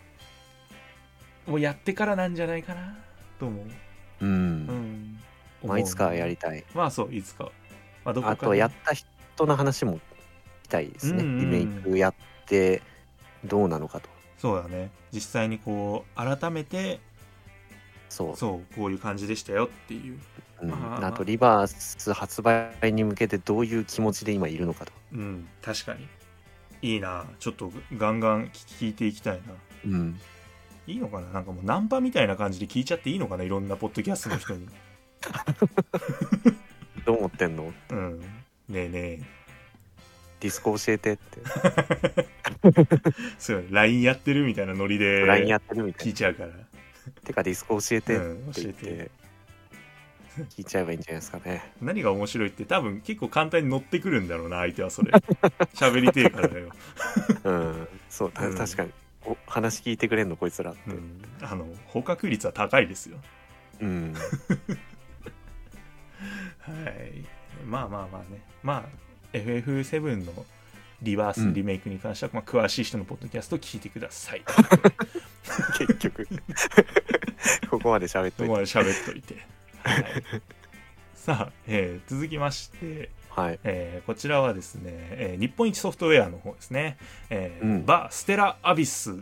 Speaker 2: をやってからなんじゃないかなと思う、う
Speaker 3: う
Speaker 2: んん
Speaker 3: まあいつかはやり
Speaker 2: たい
Speaker 3: たい
Speaker 2: まあそういつかは、まあ、どこか
Speaker 3: あとやった人の話も聞きたいですね、
Speaker 2: うんうんうん
Speaker 3: リメイクやってどうなのかと
Speaker 2: そうだね実際にこう改めて
Speaker 3: そう
Speaker 2: そうこういう感じでしたよっていう
Speaker 3: うん
Speaker 2: あー
Speaker 3: あとリバース発売に向けてどういう気持ちで今いるのかと、
Speaker 2: うん確かにいいなちょっとガンガン聞いていきたいな
Speaker 3: うん、
Speaker 2: いいのかななんかもうナンパみたいな感じで聞いちゃっていいのかないろんなポッドキャストの人に
Speaker 3: どう思ってんの
Speaker 2: うんねえね
Speaker 3: ディスコ教えてって
Speaker 2: えそうよね LINE やってるみたいなノリで
Speaker 3: LINE やってるみたい
Speaker 2: 聞い
Speaker 3: な、
Speaker 2: ちゃうから、
Speaker 3: てかディスコ教えてっ
Speaker 2: うん教
Speaker 3: て言
Speaker 2: え
Speaker 3: ってて聞いちゃえばいいんじゃないですか ね
Speaker 2: 何が面白いって多分結構簡単に乗ってくるんだろうな相手はそ れ喋りてえからだよ、
Speaker 3: うんそうた
Speaker 2: うん
Speaker 3: 確かにお話聞いてくれんのこいつらって
Speaker 2: う、ん、あの捕獲率は高いですよ
Speaker 3: うん、
Speaker 2: はい、まあまあまあね、まあ、FF7 のリバー
Speaker 3: う
Speaker 2: ス
Speaker 3: ん
Speaker 2: リメイクに関しては、まあ、詳しい人のポッドキャストを聞いてください。こ
Speaker 3: 結局 ここまで喋っと
Speaker 2: こ
Speaker 3: い
Speaker 2: ま
Speaker 3: て
Speaker 2: で喋っといて。はい、さあ、えー続きまして、
Speaker 3: はい
Speaker 2: えーこちらはですね、えー日本一ソフトウェアの方ですね、えー
Speaker 3: うん
Speaker 2: バ・ステラ・アビス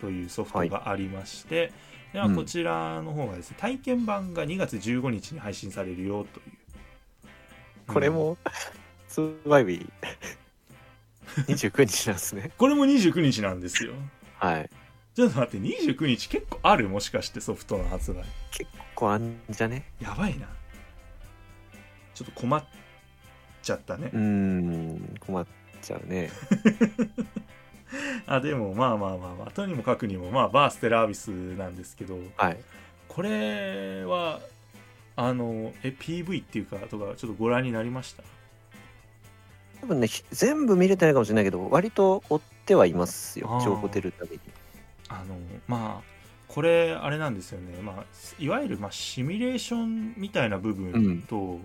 Speaker 2: というソフトがありまして、では
Speaker 3: うん
Speaker 2: こちらの方がですね、体験版が2月15日に配信されるよという。
Speaker 3: これも発売日29日なんですね
Speaker 2: これも29日なんですよ。
Speaker 3: はい
Speaker 2: ちょっと待って、29日結構あるもしかしてソフトの発売。
Speaker 3: こうあんじゃね
Speaker 2: やばいな。ちょっと困っちゃったね
Speaker 3: う。ん困っちゃうね
Speaker 2: あ、でもまあまあまあまあ、とにもかくにも、まあ、バーステラアビスなんですけど、
Speaker 3: はい
Speaker 2: これは、あの、え、PV っていうか、とか、ちょっとご覧になりました
Speaker 3: 多分ねひ全部見れてないかもしれないけど割と追ってはいます
Speaker 2: あ
Speaker 3: よ
Speaker 2: ー
Speaker 3: 情報出るたびに
Speaker 2: あの、まあ、これ、あれなんですよね。まあ、いわゆる、まあ、シミュレーションみたいな部分と、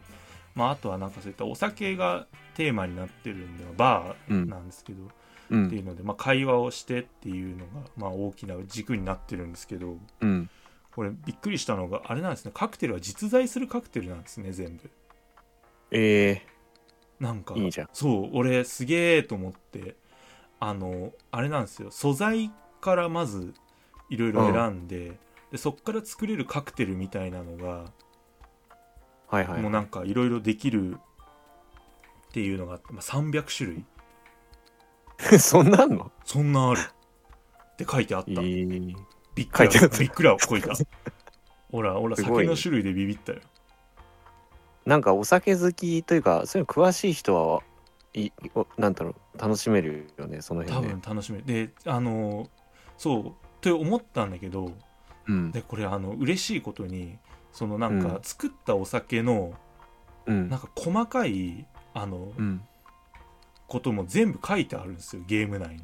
Speaker 2: まあ、あとはなんかそういったお酒がテーマになってるんで、バ
Speaker 3: う
Speaker 2: ー
Speaker 3: ん
Speaker 2: なんですけど、
Speaker 3: う
Speaker 2: ってい
Speaker 3: ん
Speaker 2: うので、まあ、会話をしてっていうのが、まあ、大きな軸になってるんですけど
Speaker 3: うん
Speaker 2: これびっくりしたのがあれなんですねカクテルは実在するカクテルなんですね全部
Speaker 3: え
Speaker 2: なんか
Speaker 3: いいじゃん
Speaker 2: そう俺すげえと思ってあのあれなんですよ素材からまずいろいろ選んで,、でそっから作れるカクテルみたいなのが、
Speaker 3: ー、はいはい
Speaker 2: もうなんかいろいろできるっていうのがあって、まあ、300種類
Speaker 3: そんなんの
Speaker 2: そんなあるって書いてあった
Speaker 3: い
Speaker 2: びっくり
Speaker 3: 書いてあった
Speaker 2: びっくりはこい た。ほら、ほら、
Speaker 3: すご
Speaker 2: 酒
Speaker 3: いね
Speaker 2: の種類でビビったよ。
Speaker 3: なんかお酒好きというかそういうの詳しい人はいおなんだろう楽しめるよねその
Speaker 2: 多
Speaker 3: 辺ね
Speaker 2: 分楽しみ。で、あの、そう、って思ったんだけど、
Speaker 3: うん
Speaker 2: で、これ、あの、嬉しいことに、そのなんか
Speaker 3: う、ん
Speaker 2: 作ったお酒の、
Speaker 3: うん
Speaker 2: なんか細かい、あの、
Speaker 3: うん
Speaker 2: ことも全部書いてあるんですよ、ゲーム内に。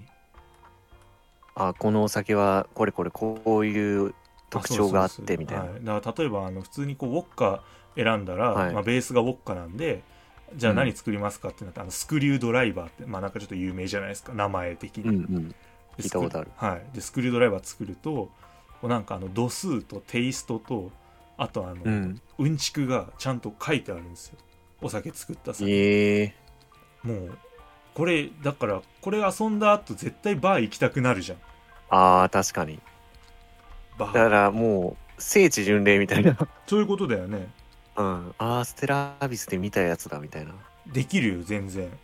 Speaker 3: あこのお酒はこれこれこういう特徴があってみたいな
Speaker 2: な。はいだから例えばあの普通にこうウォッカ選んだら、
Speaker 3: はい
Speaker 2: まあ、ベースがウォッカなんでじゃあ
Speaker 3: うん
Speaker 2: 何作りますかってなって、あのスクリュードライバーってまあなんかちょっと有名じゃないですか名前的に、
Speaker 3: うんうん
Speaker 2: で
Speaker 3: 聞いたことある
Speaker 2: スクリューはい、でスクリュードライバー作るとこうなんかあの度数とテイストとあとあの、う、
Speaker 3: うんん
Speaker 2: ちくがちゃんと書いてあるんですよお酒作ったさ
Speaker 3: ええ
Speaker 2: もうこれだからこれ遊んだ後絶対バー行きたくなるじゃん
Speaker 3: ああ確かに
Speaker 2: バ
Speaker 3: だか
Speaker 2: ー
Speaker 3: らもう聖地巡礼みたいな、
Speaker 2: そういうことだよね
Speaker 3: うん、ああステラアビスで見たやつだみたいな
Speaker 2: できるよ全然だっ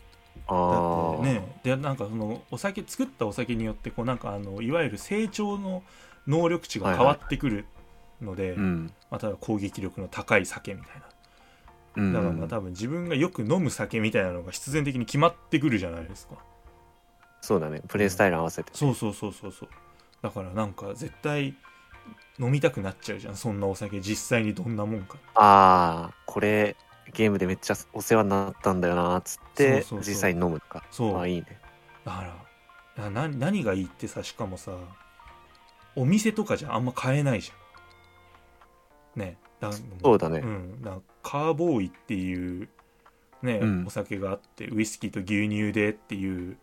Speaker 3: ああ、
Speaker 2: てねでなんかそのお酒作ったお酒によってこうなんかあのいわゆる成長の能力値が変わってくるので、
Speaker 3: うん
Speaker 2: まあ、例えば攻撃力の高い酒みたい
Speaker 3: うん
Speaker 2: なだからまあ多分自分がよく飲む酒みたいなのが必然的に決まってくるじゃないですか
Speaker 3: そうだねプレイスタイル合わせて
Speaker 2: そうそうそうそうそうだからなんか絶対飲みたくなっちゃうじゃんそんなお酒実際にどんなもんか
Speaker 3: ああこれゲームでめっちゃお世話になったんだよなっつって
Speaker 2: そうそうそう
Speaker 3: 実際に飲むとか
Speaker 2: そう
Speaker 3: まあいいね
Speaker 2: だからなな何がいいってさしかもさお店とかじゃあんま買えないじゃんねだ
Speaker 3: そうだね、
Speaker 2: うん、なんかカーボーイっていう、ね
Speaker 3: うん
Speaker 2: お酒があってウイスキーと牛乳でっていう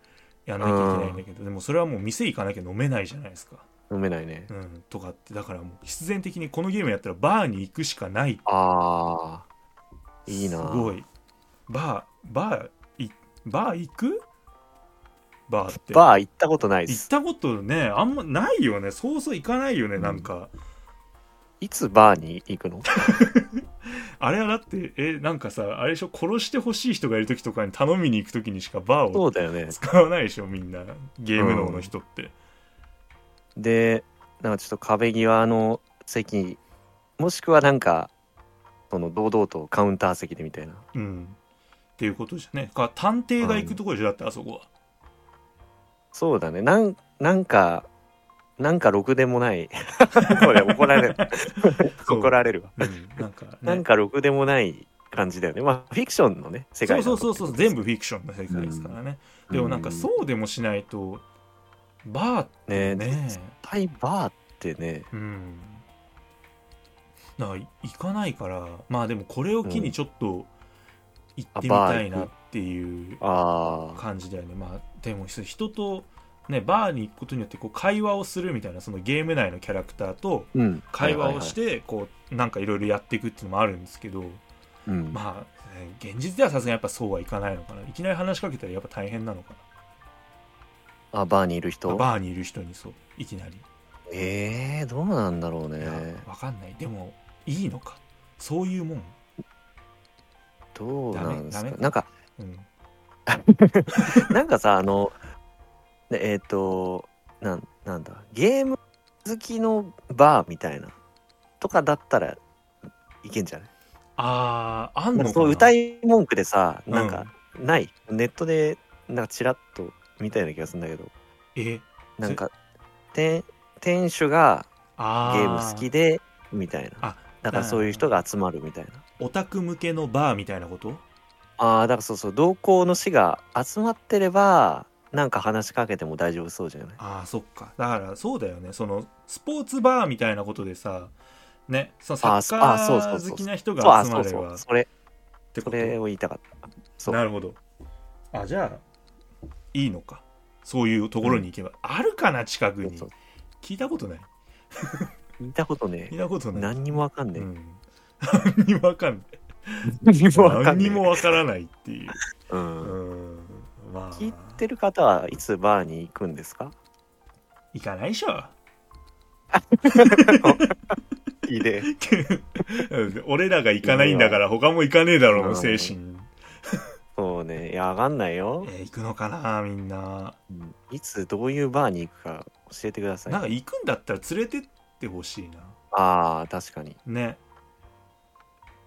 Speaker 2: やらなきゃいけないんだけどでもそれはもう店行かなきゃ飲めないじゃないですか、
Speaker 3: 飲めないね
Speaker 2: うん、とかってだからもう必然的にこのゲームやったらバーに行くしかない
Speaker 3: ああいいな
Speaker 2: すごいバーバーいバー行くバーって
Speaker 3: バー行ったことないで
Speaker 2: 行っ
Speaker 3: す
Speaker 2: たことねあんまないよねそうそう行かないよねなんか、
Speaker 3: いつバーに行 くの
Speaker 2: あれはだってえなんかさあれでしょ殺してほしい人がいる時とかに頼みに行く時にしかバーを
Speaker 3: そうだよね
Speaker 2: 使わないでしょみんなゲーム脳の人って、
Speaker 3: でなんかちょっと壁際の席もしくはなんかその堂々とカウンター席でみたいな
Speaker 2: うんっていうことじゃねか探偵が行くところじゃだってあそこは、
Speaker 3: そうだねなんなんかなんかろくでもない これ怒られる
Speaker 2: そう
Speaker 3: 怒られるわ
Speaker 2: うん、なんか、ね、
Speaker 3: なんかろくでもない感じだよねまあフィクションのね世界
Speaker 2: そうそう
Speaker 3: う
Speaker 2: そうそう全部フィクションの世界ですからね、でもなんかそうでもしないとバーって
Speaker 3: ねえ
Speaker 2: ね
Speaker 3: タイバーってね
Speaker 2: うんだから行かないからまあでもこれを機にちょっと行ってみたいなっていう
Speaker 3: ああ
Speaker 2: 感じだよねまあでもそう人とねバーに行くことによってこう会話をするみたいなそのゲーム内のキャラクターと
Speaker 3: うん
Speaker 2: 会話をし
Speaker 3: は
Speaker 2: てこうなんかいろいろやっていくっていうのもあるんですけど
Speaker 3: いはいはいうん
Speaker 2: まあね現実ではさすがにやっぱそうはいかないのかないきなり話しかけたらやっぱ大変なのか
Speaker 3: あバーにいる
Speaker 2: な
Speaker 3: 人
Speaker 2: バーにいる人にそういきなり
Speaker 3: ええどうなんだろう
Speaker 2: いや
Speaker 3: ね
Speaker 2: わかんないでもいいのかそういうもん、
Speaker 3: どうなんで
Speaker 2: ダ
Speaker 3: す
Speaker 2: メダ
Speaker 3: か
Speaker 2: メ
Speaker 3: なんか
Speaker 2: うん、
Speaker 3: なんかさあのねえっ、となんなんだゲーム好きのバーみたいなとかだったらいけんじゃない
Speaker 2: あーあん
Speaker 3: な
Speaker 2: の
Speaker 3: ん
Speaker 2: か
Speaker 3: か
Speaker 2: な
Speaker 3: そう歌い文句でさ
Speaker 2: うん
Speaker 3: なんかない、ネットでなんかチラッと見たような気がするんだけど
Speaker 2: え
Speaker 3: なんかて店主がゲ
Speaker 2: あ
Speaker 3: ーム好きでみたいな
Speaker 2: あ
Speaker 3: だからそういう人が集まるみたいな
Speaker 2: オタク向けのバーみたいなこと
Speaker 3: ああだからそうそう同行の士が集まってればなんか話しかけても大丈夫そうじゃない
Speaker 2: ああそっかだからそうだよねそのスポーツバーみたいなことでさねそのサ
Speaker 3: あ
Speaker 2: ッカー好きな人が集ま
Speaker 3: そう
Speaker 2: れ
Speaker 3: そ
Speaker 2: ば
Speaker 3: う
Speaker 2: っ
Speaker 3: それ
Speaker 2: て
Speaker 3: そ
Speaker 2: こ
Speaker 3: れ
Speaker 2: と
Speaker 3: を言いたかったそう
Speaker 2: なるほどあじゃあいいのかそういうところに行けば、あるかな近くに
Speaker 3: そう
Speaker 2: 聞いたことない
Speaker 3: 聞いたことね
Speaker 2: 聞いたことない
Speaker 3: 何にもわかんね
Speaker 2: う
Speaker 3: え、
Speaker 2: ん 何にもわかんない
Speaker 3: 何にも わかん
Speaker 2: 何
Speaker 3: ね
Speaker 2: に
Speaker 3: え
Speaker 2: もわからないっていう
Speaker 3: うん
Speaker 2: うんまあ
Speaker 3: 聞いてる方はいつバーに行くんですか
Speaker 2: 行かないでしょ
Speaker 3: い いね
Speaker 2: 俺らが行かないんだから他も行かねえだろうの
Speaker 3: う
Speaker 2: 精
Speaker 3: ん
Speaker 2: 神
Speaker 3: そうねいやわかんないよ、
Speaker 2: えー行くのかなみんな
Speaker 3: うんいつどういうバーに行くか教えてください
Speaker 2: なんか
Speaker 3: あ
Speaker 2: 行くんだったら連れてってほしいな
Speaker 3: あー確かに
Speaker 2: ね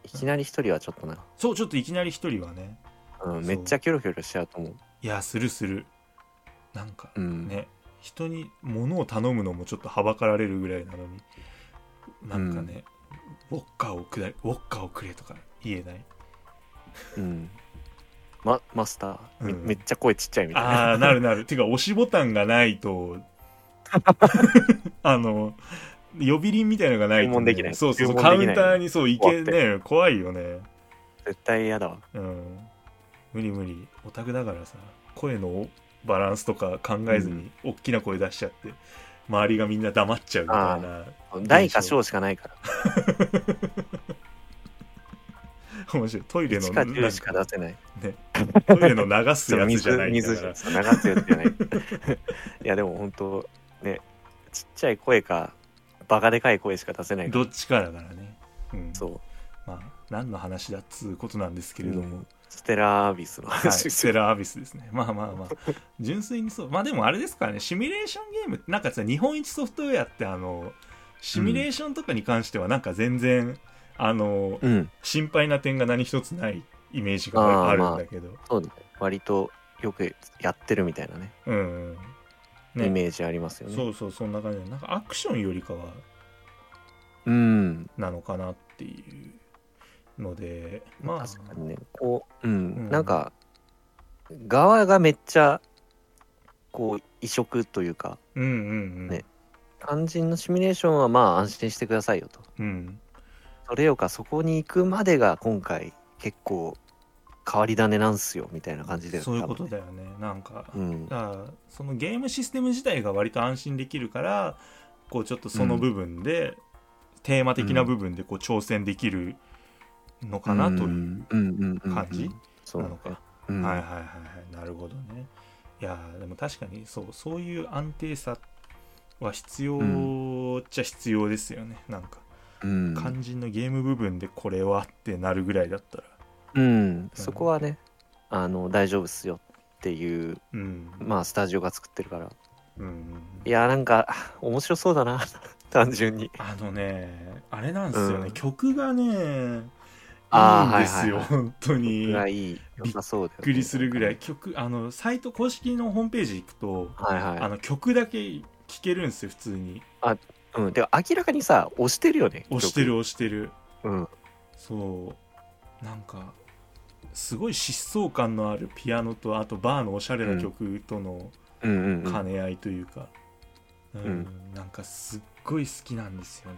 Speaker 3: いきなり一人はちょっとな、
Speaker 2: そうちょっといきなり一人はね
Speaker 3: う、
Speaker 2: そうん
Speaker 3: めっちゃキョロキョロしちゃうと思う
Speaker 2: いやするするなんか
Speaker 3: うん、
Speaker 2: ね人に物を頼むのもちょっとはばかられるぐらいなのになんかね、ウォッカをくだウォッカをくれとか言えない
Speaker 3: うんま、マスター、め
Speaker 2: うん
Speaker 3: めっちゃ声ちっちゃいみたいな
Speaker 2: ああなるなるていうか押しボタンがない とあの呼び鈴みたいのがないと、
Speaker 3: 注文できない
Speaker 2: そうそうそう
Speaker 3: 注
Speaker 2: カ
Speaker 3: 文
Speaker 2: ウン
Speaker 3: できない
Speaker 2: ターにそういけね怖いよね
Speaker 3: 絶対嫌だわ
Speaker 2: うん無理無理オタクだからさ声のバランスとか考えずに大きな声出しちゃって、周りがみんな黙っちゃうみたいな
Speaker 3: 大か小しかないから
Speaker 2: 面白いトイレの
Speaker 3: 1か
Speaker 2: なん
Speaker 3: 10しか出せない
Speaker 2: ね、トイレの流す
Speaker 3: そう
Speaker 2: やつじ
Speaker 3: 水
Speaker 2: ゃないんだ
Speaker 3: 水
Speaker 2: か
Speaker 3: じゃ
Speaker 2: ら
Speaker 3: そう流すやつじ ゃないいやでも本当ねちっちゃい声かバカでかい声しか出せないから
Speaker 2: どっちかだからね、うん、
Speaker 3: そう
Speaker 2: まあ何の話だっつうことなんですけれども、
Speaker 3: ステラーアビスの
Speaker 2: はい、
Speaker 3: 話、
Speaker 2: ステラアビスですねまあまあまあ純粋にそうまあでもあれですからねシミュレーションゲームなんかさ日本一ソフトウェアってあのシミュレーションとかに関してはなんか全然、あの
Speaker 3: うん
Speaker 2: 心配な点が何一つないイメージがあるんだけど、
Speaker 3: そうね割とよくやってるみたいなね
Speaker 2: うん、ね
Speaker 3: イメージありますよね
Speaker 2: そうそうそんな感じでなんかアクションよりかは
Speaker 3: うん。
Speaker 2: なのかなっていうのでまあ
Speaker 3: 確かにね。こう、うん。
Speaker 2: うん
Speaker 3: なんか、側がめっちゃ、こう、異色というか、
Speaker 2: うんうん
Speaker 3: ね肝心のシミュレーションはまあ安心してくださいよと。
Speaker 2: うんうん
Speaker 3: それよかそこに行くまでが今回結構変わり種なんすよみたいな感じで
Speaker 2: そういうことだよねなんか、
Speaker 3: 多分ねうん
Speaker 2: だからそのゲームシステム自体が割と安心できるからこうちょっとその部分で、テーマ的な部分でこう挑戦できるのかなという感
Speaker 3: 感
Speaker 2: じ
Speaker 3: そう
Speaker 2: なのか、
Speaker 3: うん
Speaker 2: はいはいはいはいなるほどねいやーでも確かにそうそういう安定さは必要っちゃ必要ですよね、なんか
Speaker 3: うん
Speaker 2: 肝心のゲーム部分でこれはってなるぐらいだったら
Speaker 3: うんそこはねあの大丈夫っすよっていう
Speaker 2: うん
Speaker 3: まあスタジオが作ってるから
Speaker 2: うん
Speaker 3: いやーなんかあ面白そうだな 単純に
Speaker 2: あのねあれなんですよね、
Speaker 3: うん
Speaker 2: 曲がね
Speaker 3: あ
Speaker 2: い
Speaker 3: ー
Speaker 2: いんですよ、
Speaker 3: はいはいはい
Speaker 2: 本当に
Speaker 3: が
Speaker 2: び
Speaker 3: いい良さそうだよね
Speaker 2: っくりするぐらい曲あのサイト公式のホームページ行くと、
Speaker 3: はい
Speaker 2: あ
Speaker 3: は
Speaker 2: の曲だけ聴けるんですよ普通に
Speaker 3: いうんでも明らかにさ押してるよね
Speaker 2: 押してる押してる
Speaker 3: 曲うん
Speaker 2: そうなんかすごい疾走感のあるピアノとあとバーのおしゃれな曲との
Speaker 3: うんうんうん
Speaker 2: 兼ね合いというか、うん
Speaker 3: う
Speaker 2: なんかすっごい好きなんですよね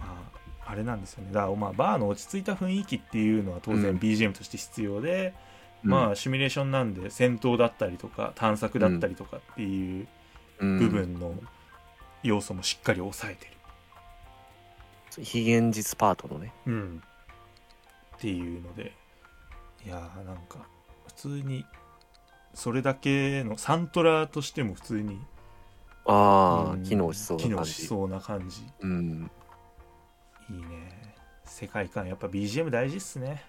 Speaker 2: まああれなんですよねだからまあバーの落ち着いた雰囲気っていうのは当
Speaker 3: う
Speaker 2: 然
Speaker 3: ん
Speaker 2: BGM として必要で、
Speaker 3: あ
Speaker 2: まあシミュレーションなんで戦闘だったりとか探索だったりとかっていう部
Speaker 3: 部
Speaker 2: 分の要素もしっかり抑えてる
Speaker 3: 非現実パートのね
Speaker 2: うん、っていうのでいやーなんか普通にそれだけのサントラとしても普通に
Speaker 3: あ
Speaker 2: うん
Speaker 3: あ機能しそうな
Speaker 2: 機
Speaker 3: 感
Speaker 2: 能
Speaker 3: じ
Speaker 2: しそうな感じ
Speaker 3: うん、
Speaker 2: いいね世界観やっぱ BGM 大事っすね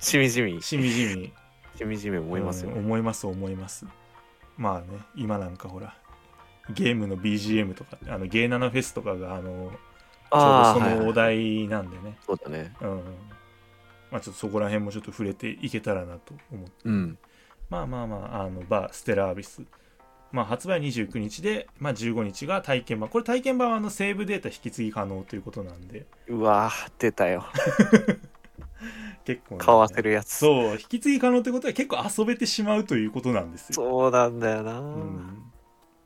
Speaker 3: しみじみし
Speaker 2: しみじみ
Speaker 3: みじみ思いますよ、
Speaker 2: うん思います思いますまあね今なんかほらゲームの BGM とかあのゲーナナフェスとかがあの
Speaker 3: ああ
Speaker 2: ちょうどそのお
Speaker 3: はいは
Speaker 2: 題
Speaker 3: い
Speaker 2: なんでね、
Speaker 3: そうだね
Speaker 2: うんまあちょっとそこら辺もちょっと触れていけたらなと思って
Speaker 3: うん
Speaker 2: まあまあまあ、あの、バー、ステラアビス。まあ、発売29日で、まあ、15日が体験版。これ体験版はあの、セーブデータ引き継ぎ可能ということなんで、
Speaker 3: うわー出たよ
Speaker 2: 結構、ね。
Speaker 3: 買わせるやつう
Speaker 2: そう、引き継ぎ可能ってことは結構遊べてしまうということなんですよ。
Speaker 3: そうなんだよな、
Speaker 2: うん。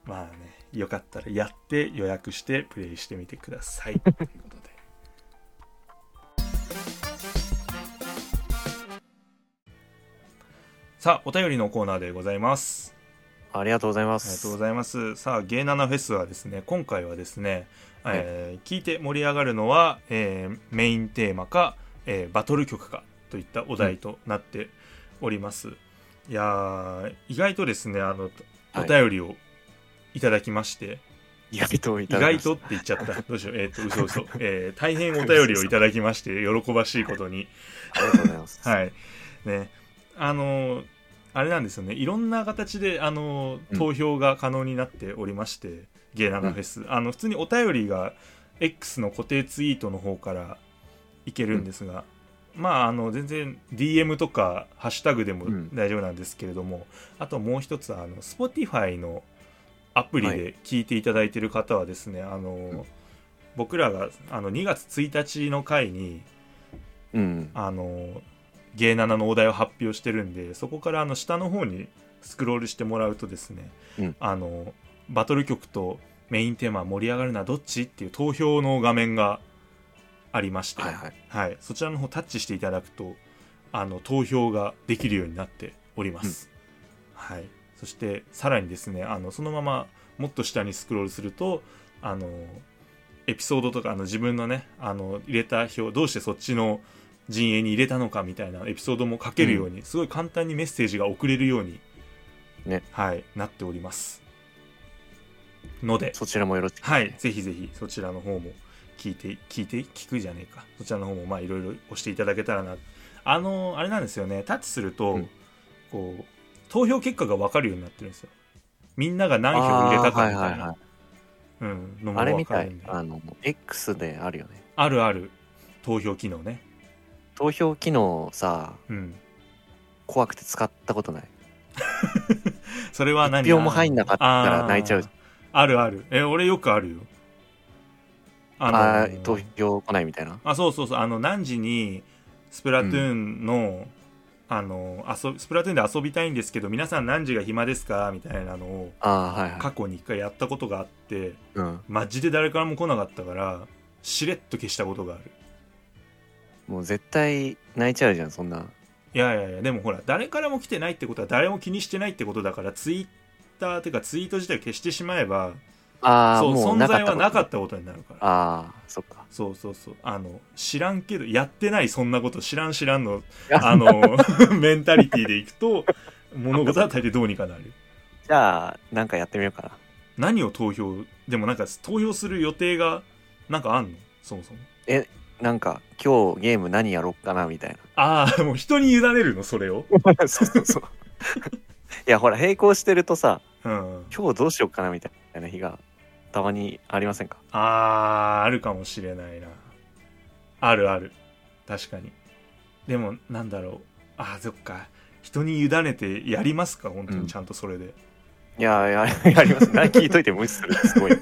Speaker 2: まあね、よかったらやって、予約して、プレイしてみてください。ということで。さあ、お便りのコーナーでございます。
Speaker 3: ありがとうござい
Speaker 2: あ
Speaker 3: ま
Speaker 2: りがと
Speaker 3: す
Speaker 2: うございます。さあ、ゲイナナフェスはですね、今回はですね、
Speaker 3: はい
Speaker 2: えー聞いて盛り上がるのは、えーメインテーマか、えーバトル曲かといったお題となっております。いやー、意外とですね、あの、お
Speaker 3: はい
Speaker 2: 便りをいただきまして、
Speaker 3: 意外とい
Speaker 2: 意
Speaker 3: ただき
Speaker 2: 外
Speaker 3: ました
Speaker 2: とって言っちゃった。どうしよう、えーっ、と、嘘 嘘。えー大変お便りをいただきまして、喜ばしいことに、
Speaker 3: ありがとうございますい
Speaker 2: はい。ね。あのーあれなんですよね。いろんな形で、あのー
Speaker 3: うん
Speaker 2: 投票が可能になっておりまして、ゲイナナフェス。あの、普通にお便りが、X の固定ツイートの方からいけるんですが、まあ、あの、全然 DM とか、ハッシュタグでも
Speaker 3: うん
Speaker 2: 大丈夫なんですけれども、あともう一つ、あの、Spotify のアプリ
Speaker 3: は
Speaker 2: で聞いていただいてる方はですね、あのー
Speaker 3: うん
Speaker 2: 僕らがあの2月1日の回に、
Speaker 3: うん
Speaker 2: あのゲイナナのお題を発表してるんでそこからあの下の方にスクロールしてもらうとですね、
Speaker 3: うん
Speaker 2: あのバトル曲とメインテーマ盛り上がるのはどっちっていう投票の画面がありまして、
Speaker 3: はいはい
Speaker 2: はいそちらの方タッチしていただくとあの投票ができるようになっております、はい、そしてさらにですねあのそのままもっと下にスクロールするとあのエピソードとかあの自分のねあの入れた票どうしてそっちの陣営に入れたのかみたいなエピソードも書けるように、すごい簡単にメッセージが送れるように、
Speaker 3: ね
Speaker 2: はい、なっておりますので
Speaker 3: そちらもよろしく
Speaker 2: はい、ぜひぜひそちらの方も聞いて、聞いて、聞くじゃねえか。そちらの方もまあいろいろ押していただけたらな。あのーあれなんですよね、タッチすると、
Speaker 3: うん
Speaker 2: こう、投票結果が分かるようになってるんですよ。みんなが何票入れたかみ
Speaker 3: あーはい
Speaker 2: た
Speaker 3: はいいはい
Speaker 2: な。うん、のも
Speaker 3: あれ
Speaker 2: 分
Speaker 3: み
Speaker 2: か
Speaker 3: た
Speaker 2: る
Speaker 3: い
Speaker 2: んで。
Speaker 3: あの X であるよね
Speaker 2: あるある、投票機能ね。
Speaker 3: 投票機能さ
Speaker 2: うん。
Speaker 3: 怖くて使ったことない
Speaker 2: それは何
Speaker 3: 一票も入んなかったら泣いちゃう
Speaker 2: あーあるある。え、俺よくあるよ。あの
Speaker 3: あー投票来ないみたいな。
Speaker 2: あそうそうそうあの何時にスプラトゥーンの、あの遊スプラトゥーンで遊びたいんですけど皆さん何時が暇ですかみたいなのを
Speaker 3: あーはいはい。
Speaker 2: 過去に一回やったことがあって
Speaker 3: うん。
Speaker 2: マジで誰からも来なかったからしれっと消したことがある
Speaker 3: もう絶対泣いちゃうじゃん、そんな。
Speaker 2: いやいやいやでもほら誰からも来てないってことは誰も気にしてないってことだからツイッターてかツイート自体を消してしまえば
Speaker 3: ああ、
Speaker 2: そう
Speaker 3: もう
Speaker 2: 存
Speaker 3: なかっ
Speaker 2: 在は
Speaker 3: たこと
Speaker 2: なかったことになるから
Speaker 3: ああ、そっか。
Speaker 2: そうそうそうあの知らんけどやってないそんなこと知らん知らんの
Speaker 3: いや
Speaker 2: あの メンタリティーでいくと物事は大体どうにかなる
Speaker 3: じゃあ、なんかやってみようかな。
Speaker 2: 何を投票でもなんか投票する予定がなんかあんのそもそも
Speaker 3: なんか、今日ゲーム何やろっかな、みたい
Speaker 2: ああもう人に委ねるのそれ を
Speaker 3: な。そうそうそう。いや、ほら、並行してるとさ、
Speaker 2: うん
Speaker 3: 今日どうしようかな、みたいな日が、たまにありませんか
Speaker 2: あああるかもしれないなあるある確かにでもなんだろうああそっか人に委ねてやりますか本当
Speaker 3: うん
Speaker 2: にちゃんとそれで、
Speaker 3: いや、や、やります。何聞いといて無視するってす ごい。い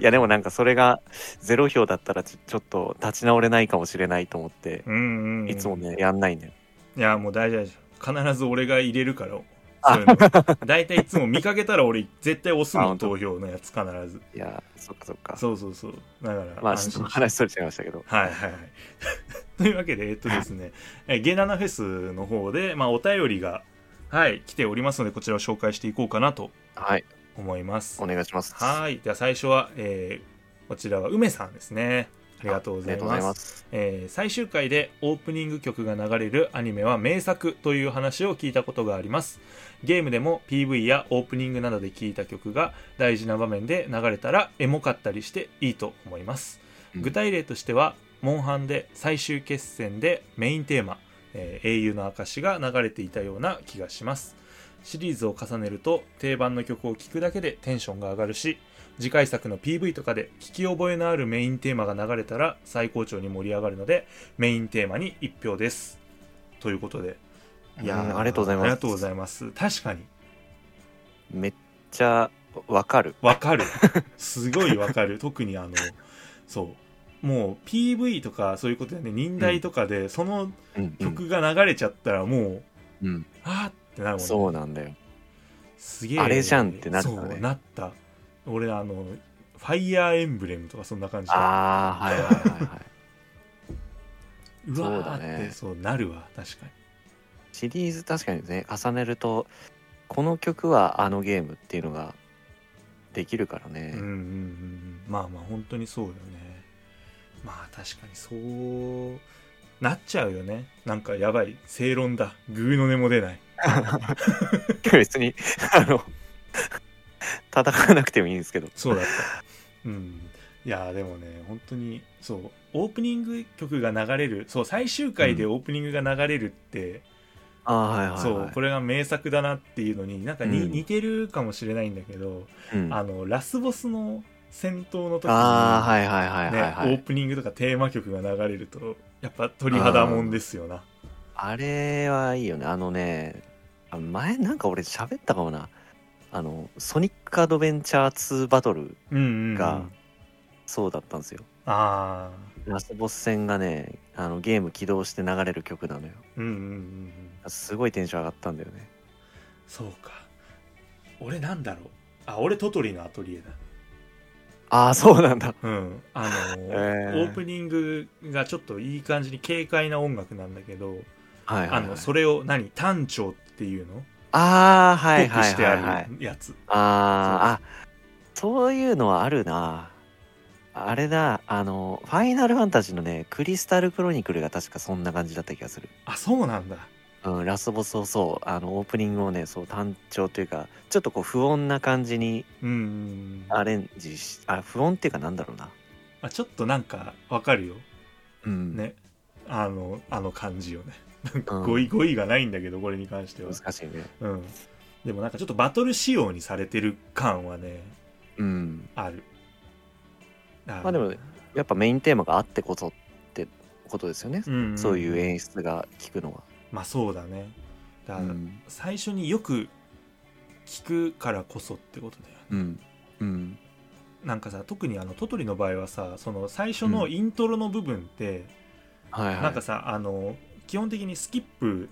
Speaker 3: や、でもなんかそれがゼロ票だったらちょちょっと立ち直れないかもしれないと思って、
Speaker 2: うんうんうん
Speaker 3: いつもね、やんないんだよ。
Speaker 2: いやもう大丈夫大丈夫必ず俺が入れるからそういうの大体いつも見かけたら俺絶対押す
Speaker 3: あ
Speaker 2: もん
Speaker 3: 本当
Speaker 2: 投票のやつ必ず
Speaker 3: いや、そっかそっか。
Speaker 2: そうそうそうだから
Speaker 3: まあ、
Speaker 2: 安
Speaker 3: ちょっ
Speaker 2: 心して
Speaker 3: と話それちゃいましたけど。
Speaker 2: はいはいはい というわけでえっとですねえゲナナフェスの方で、まあ、お便りがはい来ておりますのでこちらを紹介していこうかなと
Speaker 3: はい、
Speaker 2: 思います
Speaker 3: お願いします。
Speaker 2: はいでは最初は、えーこちらは梅さんですねありがとうござ
Speaker 3: ありが
Speaker 2: い
Speaker 3: とうござ
Speaker 2: ま
Speaker 3: い
Speaker 2: す
Speaker 3: ます。
Speaker 2: えー最終回でオープニング曲が流れるアニメは名作という話を聞いたことがありますゲームでも PV やオープニングなどで聴いた曲が大事な場面で流れたらエモかったりしていいと思います、
Speaker 3: うん
Speaker 2: 具体例としてはモンハンで最終決戦でメインテーマ、えー英雄の証が流れていたような気がしますシリーズを重ねると定番の曲を聴くだけでテンションが上がるし次回作の PV とかで聞き覚えのあるメインテーマが流れたら最高潮に盛り上がるのでメインテーマに1票ですということでいや
Speaker 3: う
Speaker 2: ー
Speaker 3: んありがとうございます
Speaker 2: ありがとうございます確かに
Speaker 3: めっちゃわかる。
Speaker 2: わ かるすごいわかる特にあのそうもう PV とかそういうことでね忍耐とかでその
Speaker 3: うん
Speaker 2: 曲が流れちゃったらもう、
Speaker 3: うん、
Speaker 2: あーってなるもんね
Speaker 3: そうなんだよ。
Speaker 2: すげえ
Speaker 3: あれじゃんってなったね
Speaker 2: そうなった俺あのファイヤーエンブレムとかそんな感じで
Speaker 3: ああ、はいはいはい はい。
Speaker 2: うわーって
Speaker 3: そうだね
Speaker 2: そうなるわ確かに
Speaker 3: シリーズ確かにね、重ねると、この曲はあのゲームっていうのができるからね。
Speaker 2: うんうんうんうんまあまあ本当にそうよねまあ確かにそうなっちゃうよねなんかやばい正論だグーの音も出ない
Speaker 3: 別に、 あの、戦わなくてもいいんですけど。
Speaker 2: そうだっ たうんいやーでもね本当にそうオープニング曲が流れるそう最終回でオープニングが流れるって、
Speaker 3: ああ、はいはい、はい。
Speaker 2: そうこれが名作だなっていうのになんかに、
Speaker 3: うん
Speaker 2: 似てるかもしれないんだけど、
Speaker 3: うん、
Speaker 2: あ
Speaker 3: あ
Speaker 2: のラスボスの戦闘の時に
Speaker 3: あー、はいはいはい
Speaker 2: ね
Speaker 3: はい、はい
Speaker 2: オープニングとかテーマ曲が流れるとやっぱ鳥肌もんですよな
Speaker 3: あれはいいよね。あのね、あ前なんか俺喋ったかもな。あの、ソニックアドベンチャー2バトル、
Speaker 2: うんうんうん、
Speaker 3: がそうだったんですよ。
Speaker 2: ああ
Speaker 3: ラスボス戦がね、あのゲーム起動して流れる曲なのよ。
Speaker 2: うんうんうんうん
Speaker 3: すごいテンション上がったんだよね。
Speaker 2: そうか俺なんだろうあ俺トトリのアトリエだ
Speaker 3: ああ、そうなんだ。
Speaker 2: うんあの
Speaker 3: えー
Speaker 2: オープニングがちょっといい感じに軽快な音楽なんだけど
Speaker 3: はいはい、はい。
Speaker 2: あのそれを何単調っていうの
Speaker 3: ああ、はい
Speaker 2: 濃く
Speaker 3: はい
Speaker 2: して
Speaker 3: はい、は
Speaker 2: あ
Speaker 3: い。
Speaker 2: るやつ
Speaker 3: あーあそういうのはあるなあれだあの「ファイナルファンタジー」のね「クリスタル・クロニクル」が確かそんな感じだった気がする、
Speaker 2: あそうなんだ
Speaker 3: うん、ラスボスをそうあのオープニングをねそう単調というかちょっとこう不穏な感じに
Speaker 2: うんうんうん
Speaker 3: アレンジしあ不穏っていうかなんだろうな
Speaker 2: あちょっとなんかわかるよ
Speaker 3: うん、
Speaker 2: ねあのあの感じよねなんか
Speaker 3: うん
Speaker 2: 語彙語彙がないんだけどこれに関しては
Speaker 3: 難しいね
Speaker 2: うんでもなんかちょっとバトル仕様にされてる感はね
Speaker 3: うん
Speaker 2: あるあの
Speaker 3: まあでもやっぱメインテーマがあってこそってことですよね、
Speaker 2: んん
Speaker 3: そういう演出が効くのは、
Speaker 2: まあそうだねだ
Speaker 3: う
Speaker 2: から
Speaker 3: ん
Speaker 2: 最初によく聞くからこそってことだよね
Speaker 3: うんうん
Speaker 2: なんかさ特にあのトトリの場合はさその最初のイントロの部分って、
Speaker 3: はいはい
Speaker 2: なんかさあの基本的にスキップ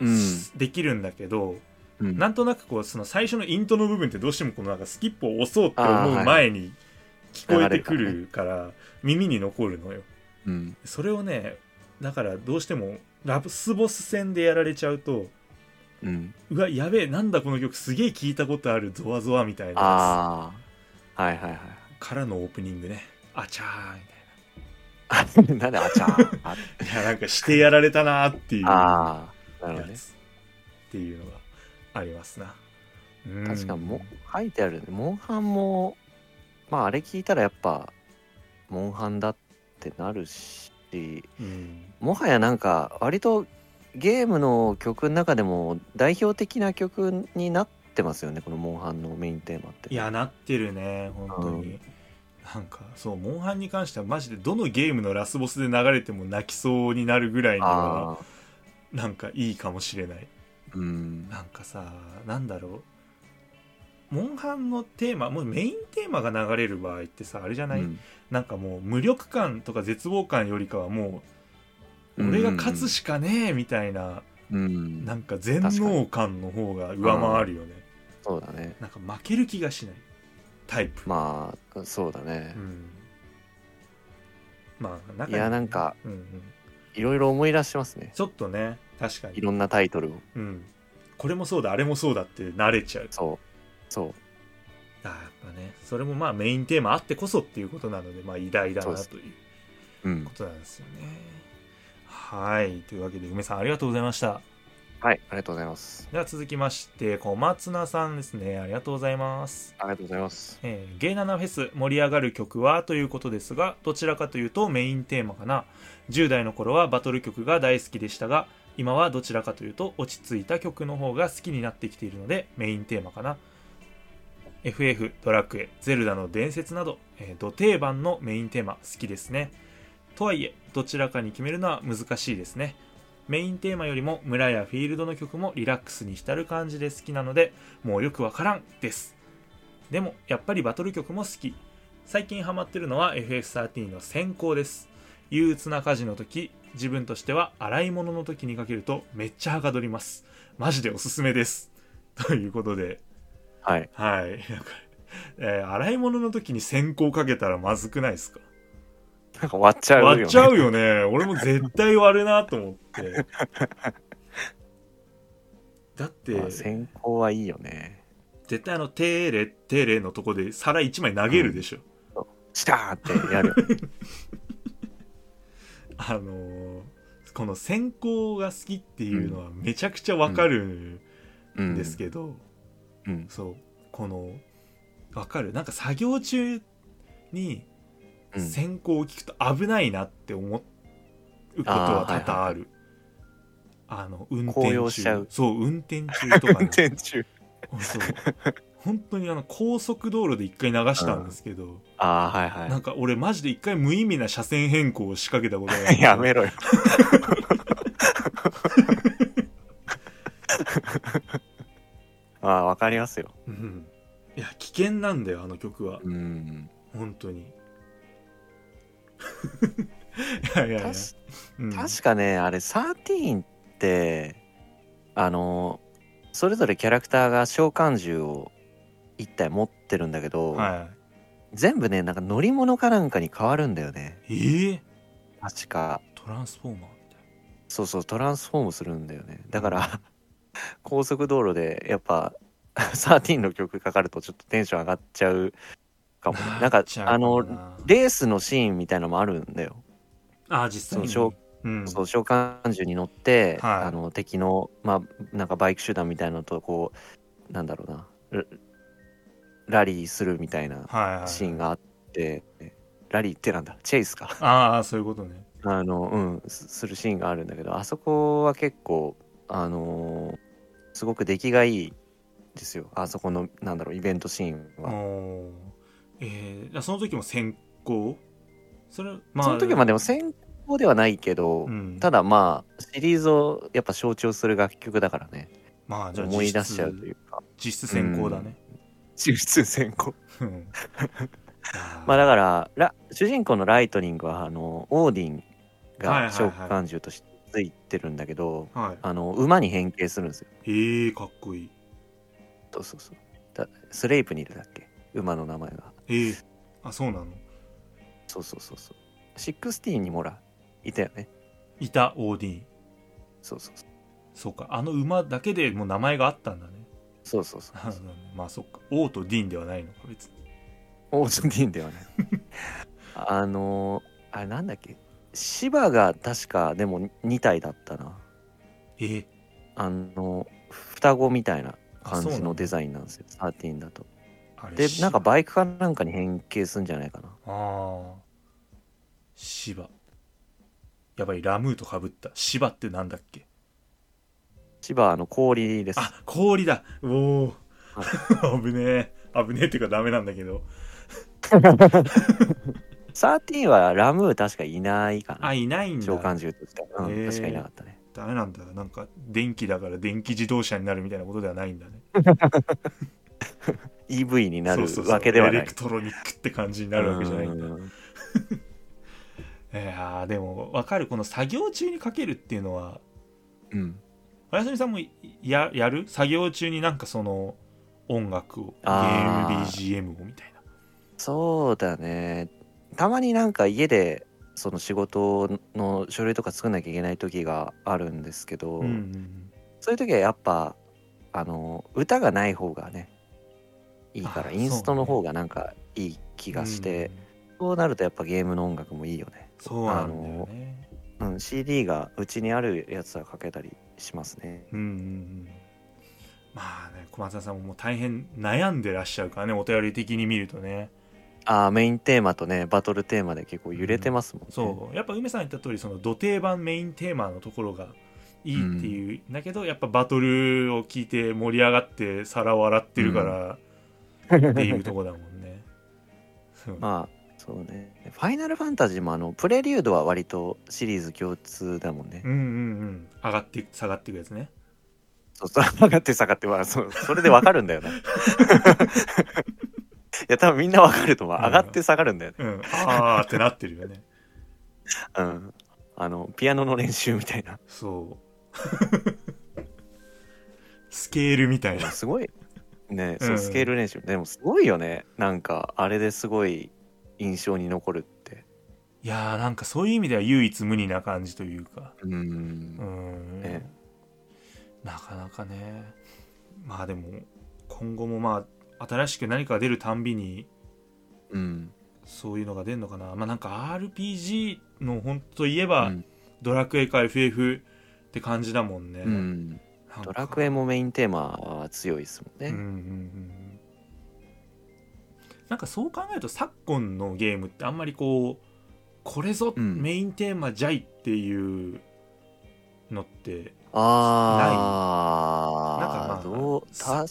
Speaker 3: うん
Speaker 2: できるんだけど、
Speaker 3: うん
Speaker 2: なんとなくこうその最初のイントロの部分ってどうしてもこのなんかスキップを押そうって
Speaker 3: あー
Speaker 2: 思
Speaker 3: は
Speaker 2: う
Speaker 3: い
Speaker 2: 前に聞こえてく
Speaker 3: 流れる
Speaker 2: るから耳に残るのよ。
Speaker 3: うん
Speaker 2: それをねだからどうしてもラスボス戦でやられちゃうと
Speaker 3: うん
Speaker 2: うわやべえなんだこの曲すげえ聞いたことあるゾワゾワみたいなや
Speaker 3: ああはいはいはい
Speaker 2: つからのオープニングねあちゃーみ
Speaker 3: あ なんであちゃーあ
Speaker 2: たいないやなんかしてやられたなーっていうや
Speaker 3: あーなるほどね
Speaker 2: つっていうのがありますなうん
Speaker 3: 確かも書いてあるよねモンハンもまああれ聞いたらやっぱモンハンだってなるし
Speaker 2: うん
Speaker 3: もはやなんか割とゲームの曲の中でも代表的な曲になってますよねこのモンハンのメインテーマって
Speaker 2: いやなってるね本当に、
Speaker 3: う
Speaker 2: なんかそうモンハンに関してはマジでどのゲームのラスボスで流れても泣きそうになるぐらいには
Speaker 3: ああ
Speaker 2: なんかいいかもしれない
Speaker 3: うん
Speaker 2: なんかさなんだろうモンハンのテーマもうメインテーマが流れる場合ってさあれじゃない、
Speaker 3: うん
Speaker 2: なんかもう無力感とか絶望感よりかはもう俺が勝つしかねえみたいな、
Speaker 3: うん
Speaker 2: なんか全能感の方が上回るよね、
Speaker 3: そうだね
Speaker 2: なんか負ける気がしないタイプ、
Speaker 3: まあそうだね
Speaker 2: うんまあ中
Speaker 3: い
Speaker 2: に
Speaker 3: やなんか
Speaker 2: うんうん、
Speaker 3: いろいろ思い出しますね
Speaker 2: ちょっとね確か
Speaker 3: い
Speaker 2: に、
Speaker 3: ろんなタイトルを
Speaker 2: うん、これもそうだあれもそうだって慣れちゃう
Speaker 3: そうそ
Speaker 2: あーやっぱねそれもまあメインテーマあってこそっていうことなのでまあ偉大だなという
Speaker 3: ううん
Speaker 2: ことなんですよねはいというわけで梅さんありがとうございました
Speaker 3: はいありがとうございます
Speaker 2: では続きまして小松菜さんですねありがとうございます
Speaker 3: ありがとうございます
Speaker 2: えー、ゲイナナフェス盛り上がる曲はということですがどちらかというとメインテーマかな10代の頃はバトル曲が大好きでしたが今はどちらかというと落ち着いた曲の方が好きになってきているのでメインテーマかな FF ドラクエゼルダの伝説など、えー、土定番のメインテーマ好きですねとはいえどちらかに決めるのは難しいですねメインテーマよりも村やフィールドの曲もリラックスに浸る感じで好きなのでもうよくわからんですでもやっぱりバトル曲も好き最近ハマってるのは FF13 の先行です憂鬱な家事の時自分としては洗い物の時にかけるとめっちゃはかどりますマジでおすすめですということで
Speaker 3: はい
Speaker 2: はいなんか、えー洗い物の時に先行かけたらまずくないですか
Speaker 3: なんか割っちゃうよね
Speaker 2: 割っちゃうよね俺も絶対割るなと思ってだって
Speaker 3: まあ先行はいいよね
Speaker 2: 絶対あの「テレテレ」のとこで皿1枚投げるでしょ、
Speaker 3: シャーってやる よね
Speaker 2: あのーこの先行が好きっていうのはめちゃくちゃわかる
Speaker 3: うんん
Speaker 2: ですけど、
Speaker 3: うん
Speaker 2: そうこのわかるなんか作業中に
Speaker 3: うん
Speaker 2: 先行を聞くと危ないなって思うことは多々ある。あの運転
Speaker 3: 高揚しちゃ
Speaker 2: 中
Speaker 3: う
Speaker 2: そう運転中とか
Speaker 3: 運
Speaker 2: ね
Speaker 3: 転中
Speaker 2: そう本当にあの高速道路で一回流したんですけど、
Speaker 3: ああはいはい
Speaker 2: なんか俺マジで一回無意味な車線変更を仕掛けたことがある
Speaker 3: やめろよ。 ああ、わかりますよ。
Speaker 2: うんいや危険なんだよあの曲は
Speaker 3: うん。
Speaker 2: 本当に いやいやいや、うん、
Speaker 3: 確かね、あれ、13って、あの、それぞれキャラクターが召喚獣を一体持ってるんだけど、
Speaker 2: は
Speaker 3: 全部ね、なんか乗り物かなんかに変わるんだよね。
Speaker 2: いええ
Speaker 3: 確か。
Speaker 2: トランスフォーマーみたい
Speaker 3: そうそう、トランスフォームするんだよね。だから、 高速道路で、やっぱ、13の曲かかるとちょっとテンション上がっちゃうかもね。
Speaker 2: な
Speaker 3: なんか
Speaker 2: っち、ゃう
Speaker 3: あの、
Speaker 2: な
Speaker 3: レースのシーンみたいなのもあるんだよ。
Speaker 2: なあ実際に
Speaker 3: その
Speaker 2: うん
Speaker 3: そう召喚獣に乗って、
Speaker 2: はい
Speaker 3: あの敵の、まあ、なんかバイク集団みたいなのとこうなんだろうなララリーするみたいな
Speaker 2: はいはい
Speaker 3: シーンがあって、ラリーってなんだチェイスか
Speaker 2: ああそういうことね
Speaker 3: あの、うん、すするシーンがあるんだけどあそこは結構、あのーすごく出来がいいですよあそこのなんだろうイベントシーン
Speaker 2: お
Speaker 3: は。
Speaker 2: ーえー、その時も先行それま
Speaker 3: その時はまあでも先行ではないけど、
Speaker 2: うん、
Speaker 3: ただまあシリーズをやっぱ象徴する楽曲だからね
Speaker 2: まあじゃあ
Speaker 3: 思い出しちゃうと
Speaker 2: 実質
Speaker 3: いうか
Speaker 2: 実質先行だね、
Speaker 3: 中通先行
Speaker 2: うん、
Speaker 3: まあだ
Speaker 2: だ
Speaker 3: からラ主人公のライトニングはあのオーディン
Speaker 2: はいはいは
Speaker 3: が
Speaker 2: い
Speaker 3: 召喚獣としてついてるんだけど
Speaker 2: はい
Speaker 3: あの馬に変形するんですよ
Speaker 2: ええかっこいい
Speaker 3: そうそうそうだスレイプニルだっけ馬の名前が
Speaker 2: ええあそうなの
Speaker 3: そうそうそうそうシックスティーンにもらいたよね
Speaker 2: いたオーディン
Speaker 3: そうそうそう
Speaker 2: そうかあの馬だけでもう名前があったんだね
Speaker 3: そうそうそう
Speaker 2: なるほどね まあそっか王とディーンではないのか別に
Speaker 3: オーディンで はないあのあれなんだっけ芝が確かでも2体だったな
Speaker 2: ええ
Speaker 3: あの双子みたいな
Speaker 2: あ
Speaker 3: 感
Speaker 2: そうな
Speaker 3: じ
Speaker 2: ん
Speaker 3: の
Speaker 2: だ
Speaker 3: デザインなんですよ13だと
Speaker 2: あれ
Speaker 3: で
Speaker 2: し
Speaker 3: なんかバイクかなんかに変形するんじゃないかな
Speaker 2: ああ芝やばいラムーとかぶった芝ってなんだっけ
Speaker 3: 芝はあの氷です
Speaker 2: あ氷だおお 危ねえ危ねえっていうかダメなんだけど
Speaker 3: 13はラムー確かいないか
Speaker 2: あ
Speaker 3: ない
Speaker 2: ないんだ
Speaker 3: 召喚獣としては、うん
Speaker 2: へー
Speaker 3: 確かいなかったね
Speaker 2: ダメなんだなんか電気だから電気自動車になるみたいなことではないんだね
Speaker 3: EV になる
Speaker 2: そうそうそう
Speaker 3: わけでは
Speaker 2: エ
Speaker 3: な
Speaker 2: レ
Speaker 3: い
Speaker 2: クトロニックって感じになるわけじゃないんだ
Speaker 3: う
Speaker 2: い
Speaker 3: ん
Speaker 2: やーでも分かるこの作業中にかけるっていうのは
Speaker 3: うん
Speaker 2: おやすみさんもいややる作業中になんかその音楽をゲー
Speaker 3: あ
Speaker 2: ム
Speaker 3: ー
Speaker 2: BGM をみたいな
Speaker 3: そうだねたまになんか家でその仕事の書類とか作んなきゃいけない時があるんですけど、
Speaker 2: うんうん
Speaker 3: そういう時はやっぱあの歌がない方がねいいか
Speaker 2: あ
Speaker 3: ら
Speaker 2: そう
Speaker 3: インストの方がなんかいい気がして、そうなるとやっぱゲームの音楽もいいよね、
Speaker 2: そうなんだよね
Speaker 3: うん、CD がうちにあるやつはかけたりしますね
Speaker 2: うんうんうんまあね小松田さんももう大変悩んでらっしゃるからねお便り的に見るとね
Speaker 3: あーメインテーマとねバトルテーマで結構揺れてますもんね、
Speaker 2: そうやっぱ梅さん言った通りその土定番メインテーマのところがいいっていう、だけどやっぱバトルを聞いて盛り上がって皿を洗ってるからっていうところだもんね、そう
Speaker 3: まあそうねファイナルファンタジーもあのプレリュードは割とシリーズ共通だもんね、
Speaker 2: うんうんうん上がって下がっていくやつね
Speaker 3: そうそう上がって下がってまあそうそれでわかるんだよ ねいや多分みんなわかると思う上がって下がるんだよね
Speaker 2: うんああってなってるよね
Speaker 3: うんあのピアノの練習みたいな
Speaker 2: そうスケールみたいな
Speaker 3: すごいねそううんスケール練習、でもすごいよねなんかあれですごい印象に残るって
Speaker 2: いやーなんかそういう意味では唯一無二な感じというか
Speaker 3: う
Speaker 2: うー
Speaker 3: ん
Speaker 2: ん、
Speaker 3: ね
Speaker 2: なかなかねまあでも今後もまあ新しく何かが出るたんびに
Speaker 3: うん
Speaker 2: そういうのが出るのかなまあなんか RPG の本当といえば、
Speaker 3: うん
Speaker 2: ドラクエか FF って感じだもんね、
Speaker 3: うん
Speaker 2: なんか
Speaker 3: ドラクエもメインテーマは強いですもんね、
Speaker 2: うんうんうんうんなんかそう考えると昨今のゲームってあんまりこうこれぞ
Speaker 3: うん
Speaker 2: メインテーマじゃいっていうのって
Speaker 3: ああ、
Speaker 2: ないなんかまあ
Speaker 3: どう、確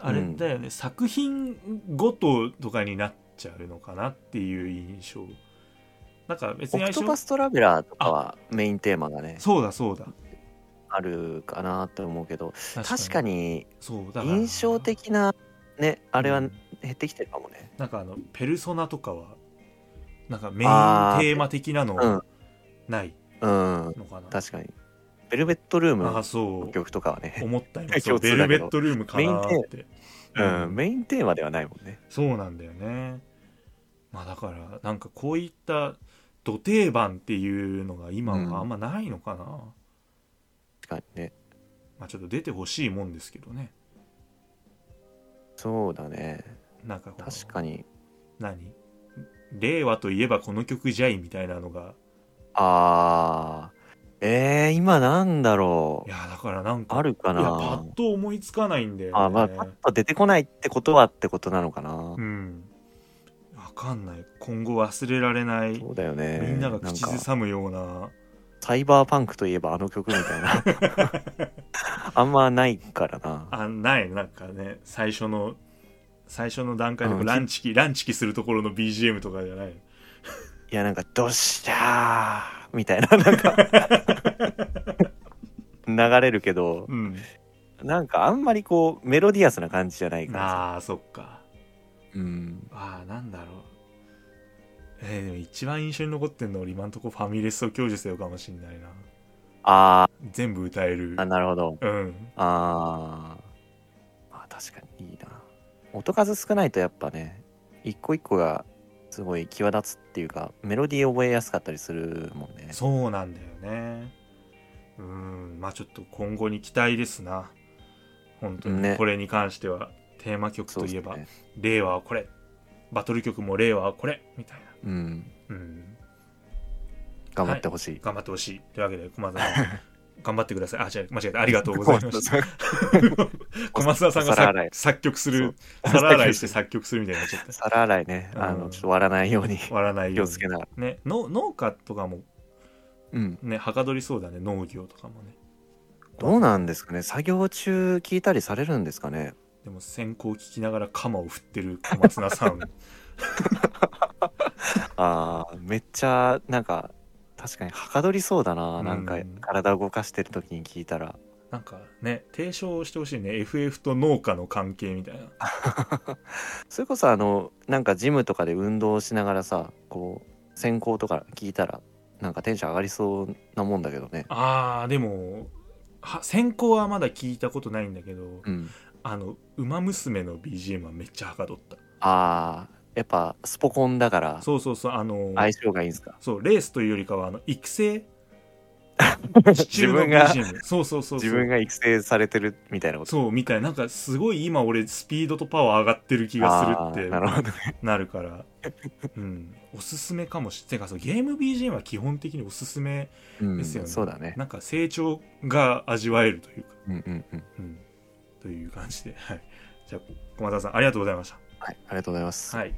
Speaker 2: あれだよね、作品ごととかになっちゃうのかなっていう印象なんか別に
Speaker 3: オクト
Speaker 2: 相
Speaker 3: パ
Speaker 2: 性
Speaker 3: ストラベラーとかはメインテーマがね、
Speaker 2: そうだそうだ
Speaker 3: あるかなって思うけど、
Speaker 2: 確
Speaker 3: 確かに
Speaker 2: そうだから
Speaker 3: 印象的な、ね、あれは
Speaker 2: うん
Speaker 3: 減ってきてるかもね。
Speaker 2: なんかあのペルソナとかはなんかメインテーマ的なの
Speaker 3: うん
Speaker 2: はない
Speaker 3: うん、
Speaker 2: のかな、
Speaker 3: 確かに。ベルベットルーム
Speaker 2: ああ
Speaker 3: の
Speaker 2: そう
Speaker 3: 曲とかはね、
Speaker 2: 思った今そう
Speaker 3: 共
Speaker 2: ベ
Speaker 3: 通
Speaker 2: ル
Speaker 3: だ
Speaker 2: ベ
Speaker 3: けど
Speaker 2: ットルームかなーって、
Speaker 3: うん、メインテーマではないもんね。
Speaker 2: そうなんだよねまあだからなんかこういった土定番っていうのが今はあんまないのかな、
Speaker 3: 確かにね。
Speaker 2: まあちょっと出てほしいもんですけどね
Speaker 3: そうだね。
Speaker 2: なんかこの
Speaker 3: 確かに。
Speaker 2: 何令和といえばこの曲じゃいみたいなのが
Speaker 3: ああ、えー、今なんだろ。
Speaker 2: いうやだからなんか
Speaker 3: あるか
Speaker 2: いやパ
Speaker 3: な
Speaker 2: ッと思いつかないんだよね
Speaker 3: あまあ、パッと出てこないってことはってことなのかな
Speaker 2: う。んわかんない今後忘れられない
Speaker 3: そうだよね。
Speaker 2: みんなが口
Speaker 3: なん
Speaker 2: ず
Speaker 3: か
Speaker 2: さむような
Speaker 3: サイバーパンクといえばあの曲みたいな。 あんまないからな。
Speaker 2: あないなんかね最初の最初の段階でこう
Speaker 3: うん
Speaker 2: ランチキランチキするところの BGM とかじゃない
Speaker 3: いや、なんか、どっしゃーみたいな、なんか。流れるけど、
Speaker 2: うん
Speaker 3: なんかあんまりこうメロディアスな感じじゃないからさ
Speaker 2: ああそっか
Speaker 3: うん
Speaker 2: ああなんだろうえー、でも一番印象に残ってんの俺今んとこファミレスを享受せよかもしんないな
Speaker 3: あ
Speaker 2: 全部歌える
Speaker 3: ーあなるほど
Speaker 2: うん
Speaker 3: あーまあ確かにいいな音数少ないとやっぱね一個一個がすごい際立つっていうかメロディー覚えやすかったりするもんね
Speaker 2: そうなんだよねうんまあちょっと今後に期待ですな本当に、
Speaker 3: ね
Speaker 2: これに関してはテーマ曲
Speaker 3: そう
Speaker 2: と
Speaker 3: っす
Speaker 2: いえば、
Speaker 3: ね
Speaker 2: 令和はこれバトル曲も令和はこれみたい
Speaker 3: うん
Speaker 2: なうん
Speaker 3: 頑張ってほしい、
Speaker 2: 頑張ってほしいというわけで駒澤さん 頑張ってくださいあ違う間違えたありがとうございました 駒澤さんが
Speaker 3: お皿
Speaker 2: さ
Speaker 3: 洗い
Speaker 2: 作曲する
Speaker 3: そう
Speaker 2: 皿洗いして作曲するみたいになっちゃっ
Speaker 3: 皿洗いねあ
Speaker 2: う
Speaker 3: の
Speaker 2: ん
Speaker 3: ちょっと割らないように
Speaker 2: た割らない
Speaker 3: 気
Speaker 2: よう
Speaker 3: を
Speaker 2: に
Speaker 3: つけながら
Speaker 2: ねの農家とかも
Speaker 3: うん
Speaker 2: ねはかどりそうだね農業とかもね
Speaker 3: どうなんですかね作業中聞いたりされるんですかね
Speaker 2: でも先行聞きながら鎌を振ってる小松菜 さん
Speaker 3: あーめっちゃなんか確かにはかどりそうだな、
Speaker 2: うん
Speaker 3: なんか体を動かしてる時に聞いたら
Speaker 2: なんかね提唱してほしいね FF と農家の関係みたいな
Speaker 3: それこそあのなんかジムとかで運動しながらさこう先行とか聞いたらなんかテンション上がりそうなもんだけどね
Speaker 2: あーでもは先行はまだ聞いたことないんだけど、
Speaker 3: うん
Speaker 2: あの「ウマ娘」の BGM はめっちゃはかどった
Speaker 3: あーやっぱスポコンだから
Speaker 2: そうそうそうあの
Speaker 3: 相性がいいんですか
Speaker 2: そうレースというよりかはあの育 成
Speaker 3: 自分が
Speaker 2: BGM そうそうそうそ
Speaker 3: 自分
Speaker 2: う
Speaker 3: が育成されてるみたいなこと
Speaker 2: そうみたいななんかすごい今俺スピードとパワー上がってる気が
Speaker 3: あ
Speaker 2: する
Speaker 3: ー
Speaker 2: っ
Speaker 3: なる
Speaker 2: て
Speaker 3: ほどね
Speaker 2: なるから、うん、おすすめかもしれないゲーム BGM は基本的におすすめ
Speaker 3: うん
Speaker 2: ですよね
Speaker 3: そうだね
Speaker 2: なんか成長が味わえるというか、
Speaker 3: うんうんうん
Speaker 2: うん、という感じで、はい、じゃあ駒澤さんありがとうございました
Speaker 3: はいありがとうございます、
Speaker 2: はい。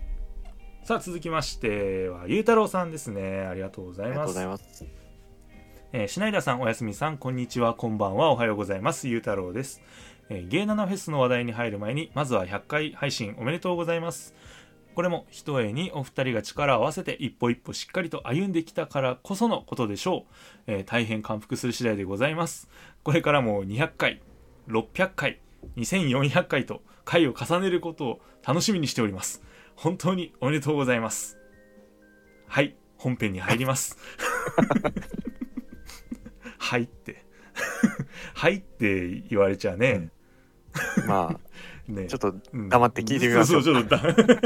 Speaker 2: さあ続きましてはゆうたろうさんですね。ありがとうござい
Speaker 3: あり
Speaker 2: ま
Speaker 3: がとう
Speaker 2: す。
Speaker 3: ございます
Speaker 2: えーシナイダさん、おやすみさん、こんにちは、こんばんは、おはようございます。ゆうたろうです。えー、ゲイナナフェスの話題に入る前に、まずは100回配信おめでとうございます。これも一重にお二人が力を合わせて一歩一歩しっかりと歩んできたからこそのことでしょう。えー大変感服する次第でございます。これからも200回、600回、2400回と回を重ねることを楽しみにしております。本当におめでとうございます。はい、本編に入ります。はいって。 はいって言われちゃね。
Speaker 3: ま
Speaker 2: ね
Speaker 3: あちょっと
Speaker 2: うん
Speaker 3: 黙って聞いてみましょう
Speaker 2: そうそう、ちょっと 黙は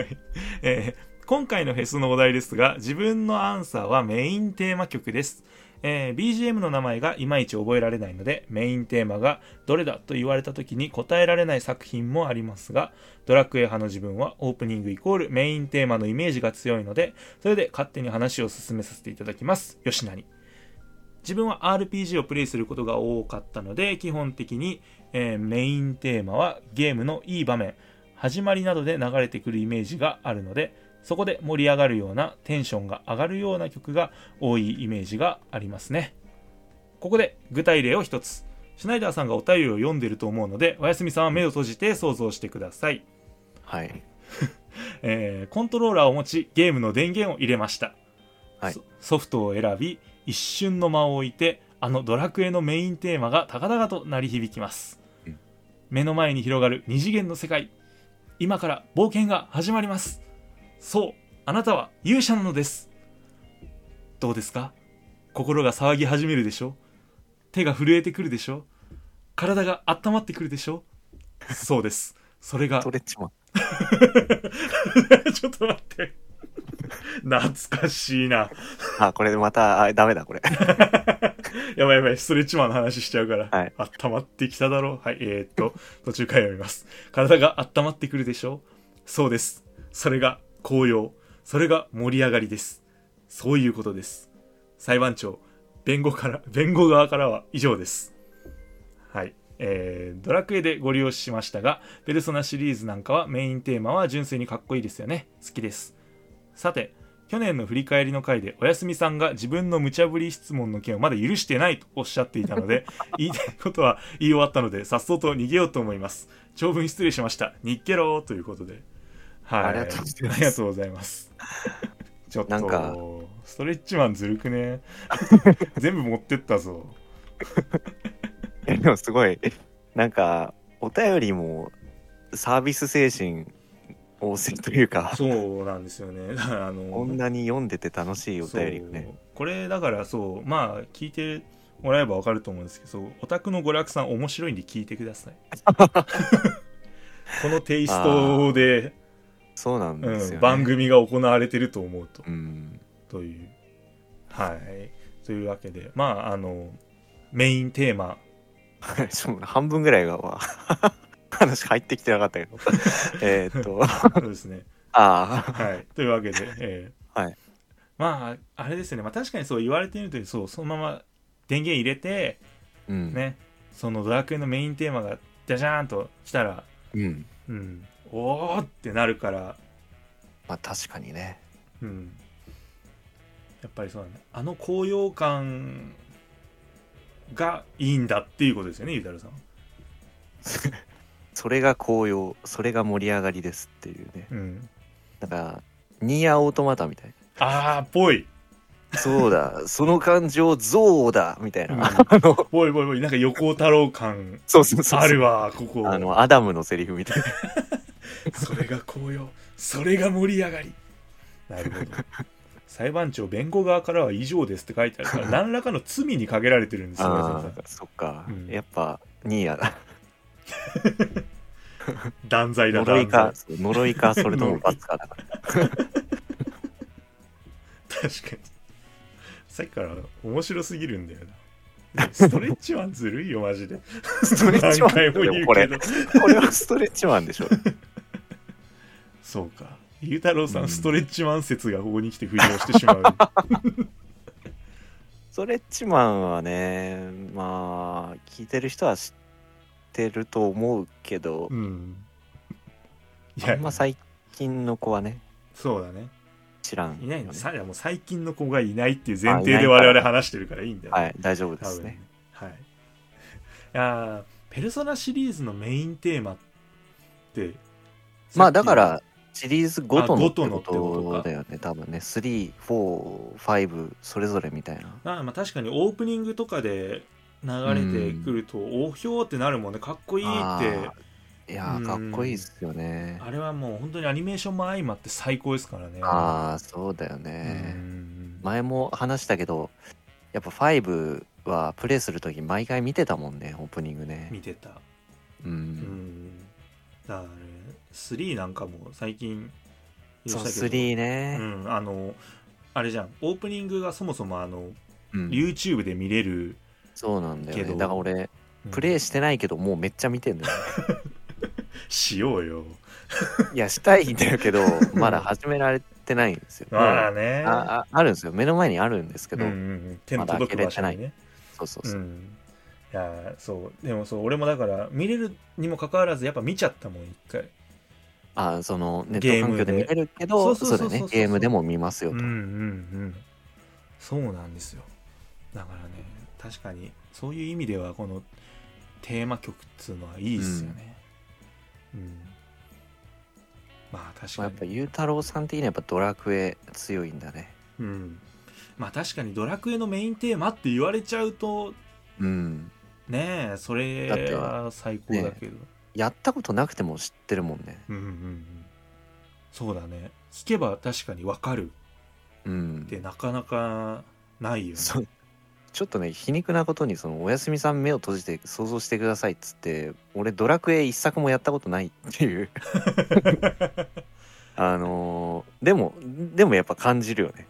Speaker 2: い。えー今回のフェスのお題ですが、自分のアンサーはメインテーマ曲です。えー BGM の名前がいまいち覚えられないので、メインテーマがどれだと言われた時に答えられない作品もありますが、ドラクエ派の自分はオープニングイコールメインテーマのイメージが強いので、それで勝手に話を進めさせていただきます。よしなに。自分は RPG をプレイすることが多かったので、基本的にえーメインテーマはゲームのいい場面始まりなどで流れてくるイメージがあるのでそこで盛り上がるようなテンションが上がるような曲が多いイメージがありますねここで具体例を一つシュナイダーさんがお便りを読んでると思うのでおやすみさんは目を閉じて想像してください
Speaker 3: はい
Speaker 2: えーコントローラーを持ちゲームの電源を入れました、
Speaker 3: はい
Speaker 2: ソソフトを選び一瞬の間を置いてあのドラクエのメインテーマが高々と鳴り響きます、
Speaker 3: うん
Speaker 2: 目の前に広がる二次元の世界今から冒険が始まりますそうあなたは勇者なのですどうですか心が騒ぎ始めるでしょ手が震えてくるでしょ体が温まってくるでしょそうですそれが
Speaker 3: ストレッチマン
Speaker 2: ちょっと待って。懐かしいな。
Speaker 3: あこれまたあダメだこれ
Speaker 2: やばいやばい、ストレッチマンの話しちゃうから。
Speaker 3: はい
Speaker 2: 温まってきただろう。はい、えー、っと、 途中から読みます。体が温まってくるでしょうそうです。それが紅葉。それが盛り上がりです。そういうことです。裁判長、弁護から、 弁護側からは以上です。はい。えー、ドラクエでご利用しましたが、ペルソナシリーズなんかはメインテーマは純粋にかっこいいですよね。好きです。さて、去年の振り返りの回でおやすみさんが自分の無茶ぶり質問の件をまだ許してないとおっしゃっていたの で言いたいことは言い終わったのでさっそと逃げようと思います長文失礼しましたニッケローということではい
Speaker 3: ありがとうございます
Speaker 2: ありがとうございますちょっと
Speaker 3: なんか
Speaker 2: ストレッチマンずるくね全部持ってったぞ
Speaker 3: でもすごい、なんか、お便りもサービス精神旺盛というか、
Speaker 2: そうなんですよね。だからあの
Speaker 3: こんなに読んでて楽しいお便りがね
Speaker 2: そ。うこれだからそうまあ聞いてもらえばわかると思うんですけどオタクの娯楽さん面白いんで聞いてくだ さいこのテイストで、
Speaker 3: そうなん
Speaker 2: う
Speaker 3: ですよ、ね
Speaker 2: ん、番。組が行われてると思うと
Speaker 3: うん。
Speaker 2: というはいというわけでまああのメインテーマ
Speaker 3: そう半分ぐらいが、わ 話入ってきてなかったけ ど。えーっと、あ
Speaker 2: そうですね
Speaker 3: あ、
Speaker 2: はい、というわけで、えー
Speaker 3: はい
Speaker 2: まああれですね、まあ、確かにそう言われてみるとそうそのまま電源入れて、
Speaker 3: うん。
Speaker 2: ね、そのドラクエのメインテーマがジャジャーンと来たら、
Speaker 3: うん。
Speaker 2: うん、おーってなるから、
Speaker 3: まあ確かにね。
Speaker 2: うん、やっぱりそうだねあの高揚感がいいんだっていうことですよねゆうたろうさんは、
Speaker 3: それが紅葉、それが盛り上がりですっていうね。
Speaker 2: うん、
Speaker 3: なんか、ニーヤオートマタみたいな。
Speaker 2: ああぽい
Speaker 3: そう だ、その感情、憎悪だみたいな。
Speaker 2: うん
Speaker 3: あの、
Speaker 2: ぽいぽいぽいなんか横尾太郎感
Speaker 3: そうそうそう。
Speaker 2: あるわここ
Speaker 3: あの、アダムのセリフみたいな。
Speaker 2: それが紅葉それが盛り上がりなるほど裁判長弁護側からは以上ですって書いてある から何らかの罪にかけられてるんですよね
Speaker 3: あ
Speaker 2: 先
Speaker 3: あ、そっか。
Speaker 2: うん
Speaker 3: やっぱ、ニーヤだ。
Speaker 2: 生断罪だ
Speaker 3: 呪いか
Speaker 2: 断、
Speaker 3: そう呪いか、それとも罰 かだから。
Speaker 2: 罪確かにさっきから面白すぎるんだよなストレッチマンずるいよマジで
Speaker 3: ストレッチマンだ
Speaker 2: 何回
Speaker 3: よ
Speaker 2: も言う
Speaker 3: こ
Speaker 2: け
Speaker 3: れ。
Speaker 2: ど
Speaker 3: これはストレッチマンでしょ。
Speaker 2: そうかゆうたろうさん、
Speaker 3: うん
Speaker 2: ストレッチマン説がここに来て浮上してしま う
Speaker 3: ストレッチマンはね、まあ、聞いてる人は知ってると思うけど
Speaker 2: う、んい
Speaker 3: あ
Speaker 2: や
Speaker 3: んま最近の子はね、
Speaker 2: そうだね
Speaker 3: 知らん、
Speaker 2: いないの
Speaker 3: ね
Speaker 2: さいやもう最近の子がいないっていう前提で我々話してるからいいんだよ、
Speaker 3: はい、大丈夫で
Speaker 2: 多
Speaker 3: す
Speaker 2: 分
Speaker 3: ね。
Speaker 2: はいいやーペルソナシリーズのメインテーマって
Speaker 3: まあ、だから、シリーズごとの
Speaker 2: あ
Speaker 3: っ
Speaker 2: ご
Speaker 3: てこと
Speaker 2: のってこと
Speaker 3: と
Speaker 2: か
Speaker 3: だよね、多分ね。3、4、5、それぞれみたいな。
Speaker 2: まあまあ確かにオープニングとかで流れてくるとおひょうってなるもんねかっこいいって
Speaker 3: あー
Speaker 2: あ
Speaker 3: いやー、かっこいいっすよね。
Speaker 2: れはもう本当にアニメーションも相まって最高ですからね
Speaker 3: ああ、そうだよ
Speaker 2: う
Speaker 3: ね。
Speaker 2: ん
Speaker 3: 前も話したけどやっぱ5はプレイする時毎回見てたもんねオープニングね
Speaker 2: 見てた
Speaker 3: う、
Speaker 2: うんんだからね3なんかも最近言い
Speaker 3: そ
Speaker 2: ま
Speaker 3: う
Speaker 2: したけど
Speaker 3: 3ね、
Speaker 2: うん、あのあれじゃんオープニングがそもそもあの
Speaker 3: うん
Speaker 2: YouTube で見れる、
Speaker 3: そうなんだよ
Speaker 2: けど
Speaker 3: ねだから俺プレイしてないけどもうめっちゃ見てんだよ、
Speaker 2: しようよ
Speaker 3: いやしたいん だけどまだ始められてないんですよ、
Speaker 2: まあ
Speaker 3: もう
Speaker 2: ね
Speaker 3: あああるんですよ目の前にあるんですけど、
Speaker 2: うんうんうん、手の届く場所にね、
Speaker 3: そうそう
Speaker 2: う
Speaker 3: そう、
Speaker 2: ん、いやそうでもそう俺もだから見れるにもかかわらずやっぱ見ちゃったもん一回
Speaker 3: あそのネット環境で見れるけど
Speaker 2: ゲー
Speaker 3: そ
Speaker 2: ムでそうそうそうそう
Speaker 3: うだよねゲームでも見ますよ
Speaker 2: う
Speaker 3: と、
Speaker 2: んうんうんそうなんですよだからね確かにそういう意味ではこのテーマ曲っつうのはいいっすよねうん、まあ確か
Speaker 3: まあやっ
Speaker 2: に
Speaker 3: ぱゆうたろうさん的にはやっぱドラクエ強いんだね
Speaker 2: うん、まあ確かに「ドラクエ」のメインテーマって言われちゃうと
Speaker 3: うん
Speaker 2: ねえそれは最高だけど
Speaker 3: やったことなくても知ってるもんね
Speaker 2: うんうんうんそうだね聞けば確かに分かる
Speaker 3: うん
Speaker 2: ってなかなかないよね
Speaker 3: そうちょっとね皮肉なことにそのおやすみさん目を閉じて想像してくださいっつって俺ドラクエ一作もやったことないっ ていうあのーでもでもやっぱ感じるよね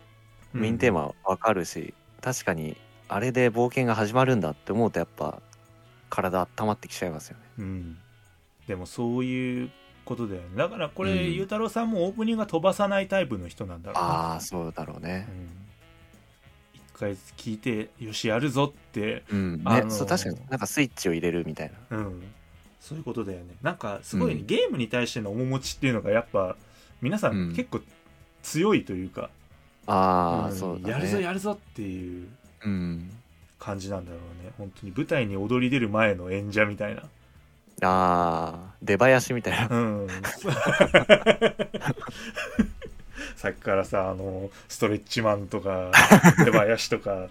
Speaker 3: メインテー
Speaker 2: マ
Speaker 3: マわかるし、確かにあれで冒険が始まるんだって思うとやっぱ体温まってきちゃいますよね
Speaker 2: うんでもそういうことだよねだからこれ、
Speaker 3: うん
Speaker 2: ゆうたろうさんもオープニングは飛ばさないタイプの人なんだろうな
Speaker 3: ああそうだろうね
Speaker 2: うん一回聞いてよしやるぞって
Speaker 3: うんね、
Speaker 2: あのー
Speaker 3: そう確かになんかスイッチを入れるみたいな
Speaker 2: うん、そういうことだよねなんかすごいね、
Speaker 3: うん
Speaker 2: ゲームに対しての面持ちっていうのがやっぱ皆さ
Speaker 3: うん
Speaker 2: ん結構強いというか、
Speaker 3: ああ、
Speaker 2: うん
Speaker 3: そうだね
Speaker 2: やるぞやるぞっていう
Speaker 3: うん
Speaker 2: 感じなんだろうね本当に舞台に踊り出る前の演者みたいな
Speaker 3: ああ出囃子みたいな
Speaker 2: うんさっきからさあのストレッチマンとか手林とかっ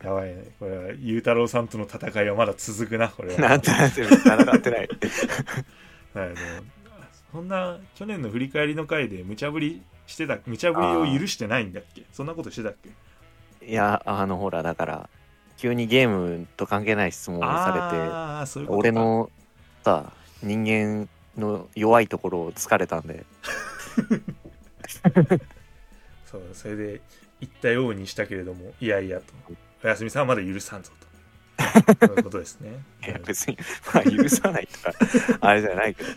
Speaker 2: てやばいねこれは裕太郎さんとの戦いはまだ続くなこれは
Speaker 3: なんてなんて戦ってない。
Speaker 2: はいでもそんな去年の振り返りの回で無茶ぶりしてた無茶ぶりを許してないんだっけそんなことしてたっけ
Speaker 3: いや、あの、ほら、だから、急にゲームと関係ない質問をさ
Speaker 2: ああそうい
Speaker 3: れ
Speaker 2: うことか
Speaker 3: て、俺のさ、人間の弱いところを突かれたんで、
Speaker 2: そうそれで言ったようにしたけれどもいやいやとおやすみさんはまだ許さんぞ とそういうことですね
Speaker 3: いや別に、 まあ、許さないと か、あれじゃないけど、い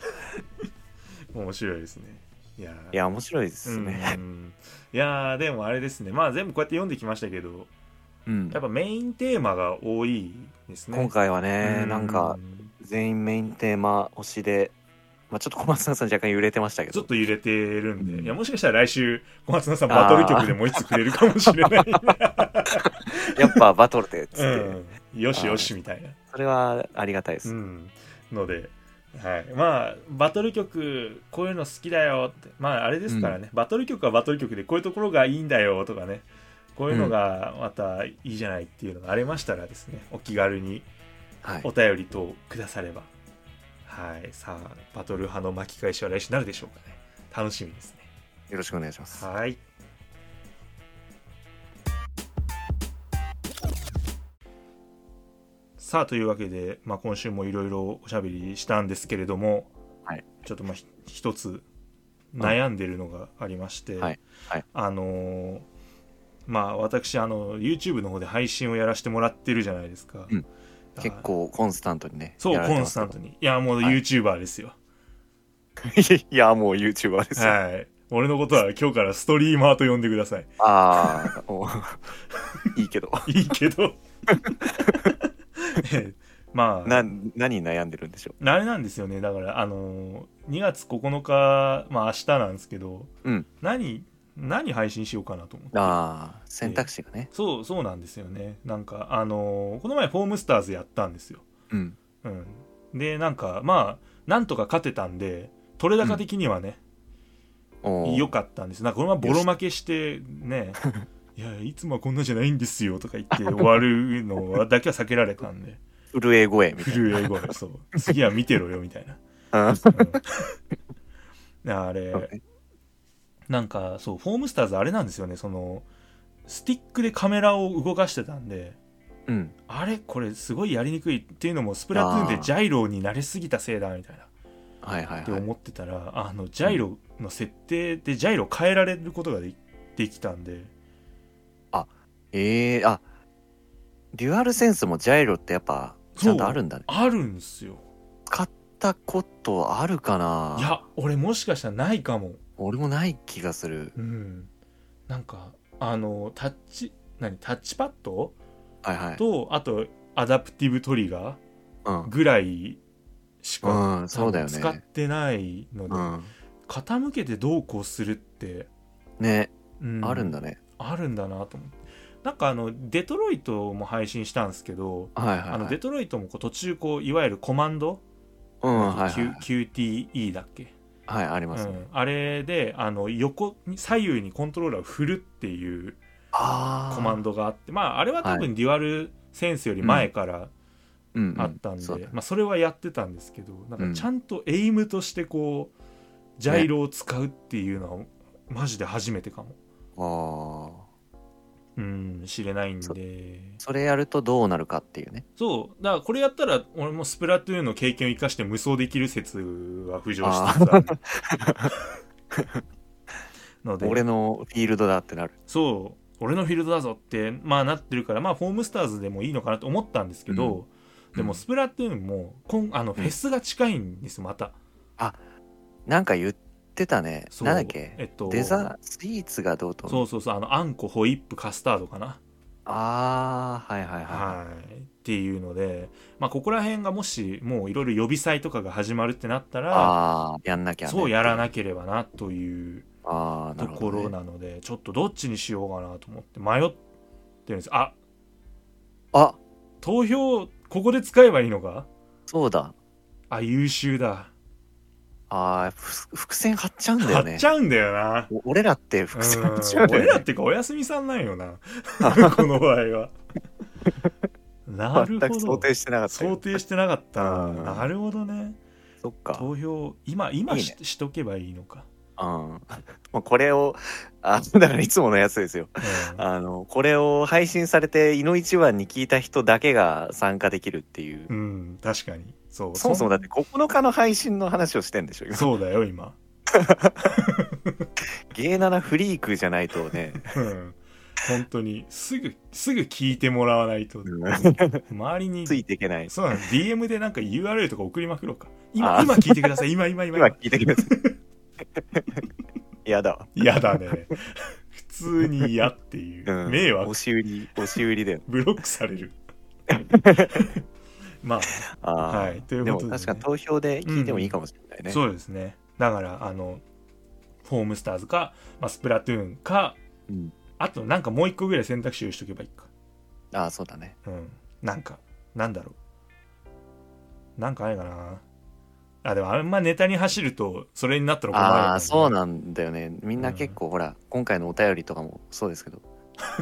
Speaker 2: 面白いですねいやー
Speaker 3: や、面白いですね。
Speaker 2: うんいやーでもあれですねまあ全部こうやって読んできましたけど
Speaker 3: うん
Speaker 2: やっぱメインテーマが多いですね
Speaker 3: 今回はね、
Speaker 2: う
Speaker 3: なんか、全員メインテーマ推しで、まあ、ちょっと小松菜さん若干揺れてましたけ
Speaker 2: ちょっ
Speaker 3: ど、
Speaker 2: と揺れてるんで、
Speaker 3: うん
Speaker 2: いやもしかしたら来週小松菜さんバトル曲でもう一つくれるかもしれない、
Speaker 3: やっぱバトルで、つって、
Speaker 2: うん、よしよしみたいな
Speaker 3: それはありがたいです。
Speaker 2: うん、ので、はい、まあバトル曲こういうの好きだよってまああれですからね、バトル曲はバトル曲でこういうところがいいんだよとかねこういうのがまたいいじゃないっていうのがありましたらですねお気軽に
Speaker 3: はい
Speaker 2: お、便り等くださればはいさあバトル派の巻き返しは来週なるでしょうかね楽しみですね
Speaker 3: よろしくお願いします。
Speaker 2: はい。さあというわけで、まあ、今週もいろいろおしゃべりしたんですけれども、
Speaker 3: はい
Speaker 2: ちょっとまあひ一つ悩んでるのがありまして、
Speaker 3: はいはい
Speaker 2: あのーまあ私あの YouTube の方で配信をやらせてもらってるじゃないですか、
Speaker 3: うん結構コンスタントにね。
Speaker 2: そう
Speaker 3: やられ
Speaker 2: コ
Speaker 3: て
Speaker 2: ン
Speaker 3: ま
Speaker 2: ス
Speaker 3: す
Speaker 2: タントにいやもう
Speaker 3: はい
Speaker 2: YouTuber ですよ
Speaker 3: けど。 いや、もう YouTuber ですよ。
Speaker 2: はい俺のことは今日からストリーマーと呼んでください
Speaker 3: ああ、もういいけど。
Speaker 2: いいけど ええまあ
Speaker 3: な、何に悩んでるんでしょ
Speaker 2: あれなんですよねだからあのー2月9日まあ明日なんですけど、
Speaker 3: うん
Speaker 2: 何何配信しようかなと思って
Speaker 3: う。ああ、選択肢がね。
Speaker 2: そうそうなんですよねなんかあのーこの前「フォームスターズ」やったんですよ、
Speaker 3: うん。
Speaker 2: うん、でなんかまあなんとか勝てたんで取れ高的にはね、
Speaker 3: おー
Speaker 2: 良かったんですなんかこのままボロ負けしてねいやいつもはこんなじゃないんですよとか言って終わるのだけは避けられたんで
Speaker 3: 震え声みたい
Speaker 2: 古い英語そう次は見てろよみたいな、
Speaker 3: な。
Speaker 2: うん あれなんかそうフォームスターズあれなんですよねそのスティックでカメラを動かしてたんで
Speaker 3: うん。
Speaker 2: あれこれすごいやりにくいっていうのもスプラトゥーンでジャイロに慣れすぎたせいだみたいな
Speaker 3: はいはい
Speaker 2: って
Speaker 3: はい。
Speaker 2: 思ってたら、あのジャイロの設定でジャイロ変えられることがでできたんで
Speaker 3: ええあ、デュアルセンスもジャイロってやっぱ、ちゃんとあるんだね。
Speaker 2: あるんですよ
Speaker 3: 買ったことあるかない
Speaker 2: や俺もしかしたらないかも
Speaker 3: 俺もない気がする。
Speaker 2: うんなんかあのタッチ何タッチパッド
Speaker 3: はいはい。
Speaker 2: とあとアダプティブトリガー
Speaker 3: う
Speaker 2: ぐらいしか
Speaker 3: ん。うん、そうだよ
Speaker 2: 使っ
Speaker 3: ね。
Speaker 2: てないので、
Speaker 3: うん。
Speaker 2: 傾けてどうこうするって、
Speaker 3: ね、
Speaker 2: う
Speaker 3: あるんだね。
Speaker 2: あるんだなと思ってなんかあのデトロイトも配信したんですけど、
Speaker 3: はいはい、はい。
Speaker 2: あのデトロイトもこう途中こういわゆるコマンド、
Speaker 3: うん、はい、はい
Speaker 2: Q。QTE だっけ、
Speaker 3: はい、あり
Speaker 2: う
Speaker 3: ますね。
Speaker 2: ん、あれであの横に左右にコントローラーを振るっていう
Speaker 3: ああ。
Speaker 2: コマンドがあってまああれは多
Speaker 3: は
Speaker 2: 分デュアルセンスより前から
Speaker 3: うんうん
Speaker 2: あったんで、
Speaker 3: そうだ
Speaker 2: まあ、それはやってたんですけどなん
Speaker 3: う
Speaker 2: か
Speaker 3: ん
Speaker 2: ちゃんとエイムとしてこうジャイロを使うっていうのはマジで初めてかも、
Speaker 3: ああ。
Speaker 2: うん知れないん
Speaker 3: そ
Speaker 2: で
Speaker 3: それやるとどうなるかっていうね。
Speaker 2: そうだからこれやったら俺もスプラトゥーンの経験を生かして無双できる説は浮上しつつある ので
Speaker 3: 俺のフィールドだってなる。
Speaker 2: そう俺のフィールドだぞってまあなってるからまあフォームスターズでもいいのかなと思ったんですけど、でもスプラトゥーンもこんあのフェスが近いんですまた、
Speaker 3: なんか言ってたね。
Speaker 2: そう
Speaker 3: なんだっけ、
Speaker 2: えっと
Speaker 3: デザスイーツがどうと。。
Speaker 2: そううそうそうあのあんこホイップカスタードかな、
Speaker 3: ああ、はいはいは
Speaker 2: はいっていうのでまあここら辺がもしもういろいろ予備祭とかが始まるってなった
Speaker 3: い。
Speaker 2: ら
Speaker 3: ああー、やんなきゃね。
Speaker 2: そうやらなければなという
Speaker 3: ああ、な
Speaker 2: と
Speaker 3: る
Speaker 2: こ
Speaker 3: ほど、
Speaker 2: ろ
Speaker 3: ね。
Speaker 2: なのでちょっとどっちにしようかなと思って迷ってるんですあ
Speaker 3: あ
Speaker 2: 投票ここで使えばいいのか
Speaker 3: そうだ。
Speaker 2: あ優秀だ
Speaker 3: ああ、ふ伏線張っちゃうんだよ
Speaker 2: 買
Speaker 3: ね
Speaker 2: っち。ゃうんだよな。
Speaker 3: お俺らって伏線張っち
Speaker 2: う
Speaker 3: ゃ うんんだ
Speaker 2: 俺ら
Speaker 3: よ
Speaker 2: っ
Speaker 3: ね。
Speaker 2: ていうかお休みさんなんよ なこの場合はなる
Speaker 3: 全
Speaker 2: ほど
Speaker 3: く想定してなかったよ。
Speaker 2: 想定してなかったな
Speaker 3: うん
Speaker 2: なるほどね
Speaker 3: そっか。うん。
Speaker 2: 投 票今今
Speaker 3: いい
Speaker 2: ししとけばいいの か、
Speaker 3: もうこれを、あ、 だからいつものやつですよ。
Speaker 2: うん
Speaker 3: あの、これを配信されて、いの一番に聞いた人だけが参加できるっていう
Speaker 2: う。ん、確かにそう
Speaker 3: そもそもだって
Speaker 2: ん
Speaker 3: 9日の配信の話をしてんでしょ、今。
Speaker 2: そうだよ今、
Speaker 3: ゲーナナフリークじゃないとね。
Speaker 2: うん、本当にすぐすぐ聞いてもらわないと周りに
Speaker 3: ついていけない。
Speaker 2: そうなの DM でなんか URL とか送りまくろうか
Speaker 3: あ
Speaker 2: 今
Speaker 3: ー
Speaker 2: 今聞いてください今今今
Speaker 3: 今
Speaker 2: 今
Speaker 3: 聞いてきます。 やだわ。。
Speaker 2: 嫌だね 普通に嫌っていううん迷惑
Speaker 3: 押し売り、押し売りだよ。
Speaker 2: ブロックされ るま
Speaker 3: あ
Speaker 2: あ
Speaker 3: あ。
Speaker 2: はいという
Speaker 3: で
Speaker 2: こ
Speaker 3: も
Speaker 2: とで,、ね
Speaker 3: 確かに投票で聞いてもいいかもしれないね。
Speaker 2: そうですねだからあのホームスターズか、まあ、スプラトゥーンか、
Speaker 3: うん
Speaker 2: あとなんかもう一個ぐらい選択肢をしとけばいいか
Speaker 3: ああ、そうだね。
Speaker 2: うんなんかなんだろうなんかないかなあでもあんまネタに走るとそれになったら困るからね、
Speaker 3: ああ、そうなんだよね。みんな結構、ほら、今回のお便りとかもそうですけ ど、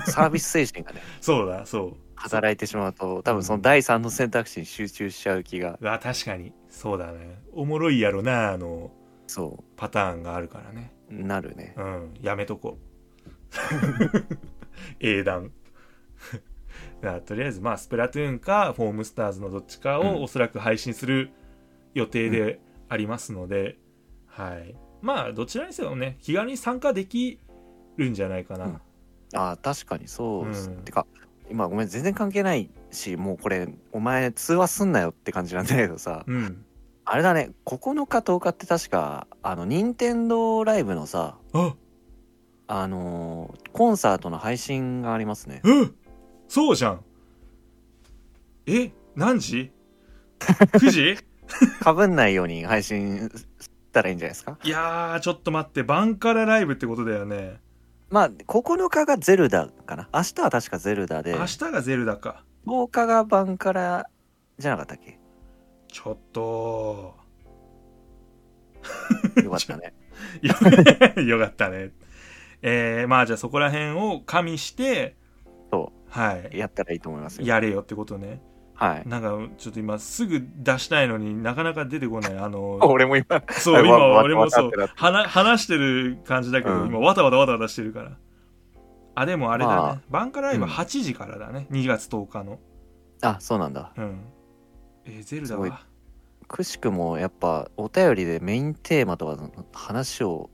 Speaker 3: サービス精神がね、
Speaker 2: そうだそう
Speaker 3: 働いてしまうと、多分その第3の選択肢に集中しちゃう気が、
Speaker 2: あ確かにそうだねおもろいやろなあの
Speaker 3: そ
Speaker 2: パターンがあるからね
Speaker 3: う、なるね。
Speaker 2: うんやめとこう 英断 だからとりあえずまあスプラトゥーンかフォームスターズのどっちか
Speaker 3: うん
Speaker 2: をおそらく配信する予定でありますので、はいまあどちらにせよね気軽に参加できるんじゃないかな、
Speaker 3: うんああ、確かにそうっす、
Speaker 2: うん
Speaker 3: てか、今ごめん、全然関係ないし、もうこれ、お前通話すんなよって感じなんだけどさ、
Speaker 2: うん
Speaker 3: あれだね、9日10日って確か、あの、任天堂ライブのさ、
Speaker 2: あ
Speaker 3: あのーコンサートの配信がありますね。
Speaker 2: うんそうじゃんえ何時 ?9 時
Speaker 3: かぶんないように配信したらいいんじゃないですか
Speaker 2: いやーちょっと待ってバンカラライブってことだよね、
Speaker 3: まあ、9日がゼルダかな。明日は確かゼルダで、
Speaker 2: 明日がゼルダか
Speaker 3: 10日がバンカラじゃなかったっ け
Speaker 2: ちょっと
Speaker 3: よかったね。
Speaker 2: よ よかったねえー、まあじゃあそこら辺を加味して
Speaker 3: そ
Speaker 2: はい
Speaker 3: やったらいいと思いますよ。
Speaker 2: やれよってことね
Speaker 3: はい。
Speaker 2: なんかちょっと今すぐ出したいのになかなか出てこないあの
Speaker 3: 俺も今、
Speaker 2: そう今
Speaker 3: わわ
Speaker 2: 俺もそう
Speaker 3: わかってな
Speaker 2: 話話してる感じだけど、
Speaker 3: うん
Speaker 2: 今わたわたわたわたしてるからあでもあれだね、
Speaker 3: まあ
Speaker 2: バンカライブ
Speaker 3: うん
Speaker 2: 8時からだね、2月10日の
Speaker 3: あ、そうなんだ。
Speaker 2: うんえーゼルダ
Speaker 3: すごい
Speaker 2: は
Speaker 3: くしくも、やっぱ、お便りでメインテーマとかの話を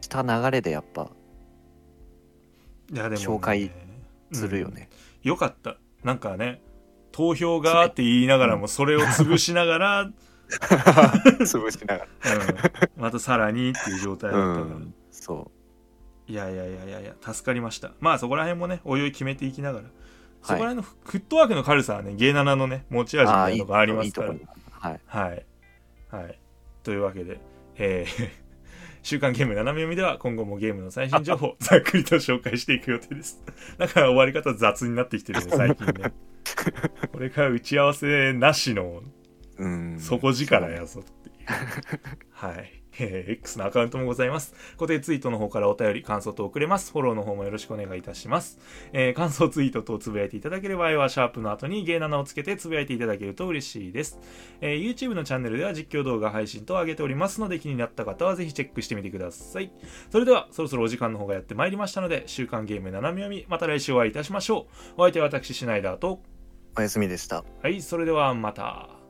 Speaker 3: した流れで、やっぱ、
Speaker 2: いやでも、
Speaker 3: 紹介するよね。
Speaker 2: うんよかったなんかね投票がって言いながらもそれを潰しながら、うん
Speaker 3: 潰しなが
Speaker 2: またさらにっていう状態だ
Speaker 3: う
Speaker 2: ったから、
Speaker 3: ん。そ
Speaker 2: いやいやいやいやいや助かりましたまあそこら辺もねおいおい決めていきながら、そこら辺のフフットワークの軽さはね芸7のね持ち
Speaker 3: う。
Speaker 2: 味み
Speaker 3: あ
Speaker 2: た
Speaker 3: あ、
Speaker 2: い
Speaker 3: い
Speaker 2: ないのがあります
Speaker 3: と
Speaker 2: か
Speaker 3: こ
Speaker 2: ら
Speaker 3: ろはい。
Speaker 2: はい。はい。というわけで、えー 週刊ゲーム斜め読みでは今後もゲームの最新情 報をざっくりと紹介していく予定です。だから終わり方雑になってきてるね、最近 ね。これから打ち合わせなしの
Speaker 3: うん。
Speaker 2: 底力やぞって いう。はい。えー X のアカウントもございます。固定ツイートの方からお便り、感想と送れます。フォローの方もよろしくお願いいたします。えー感想ツイートとつぶやいていただける場合は、シャープの後にゲイナナをつけてつぶやいていただけると嬉しいです。えー YouTube のチャンネルでは実況動画配信と上げておりますので、気になった方はぜひチェックしてみてください。それでは、そろそろお時間の方がやってまいりましたので、週刊ゲーム斜め読み、また来週お会いいたしましょう。お相手は私、シュナイダーと、
Speaker 3: おやすみでした。
Speaker 2: はい、それではまた。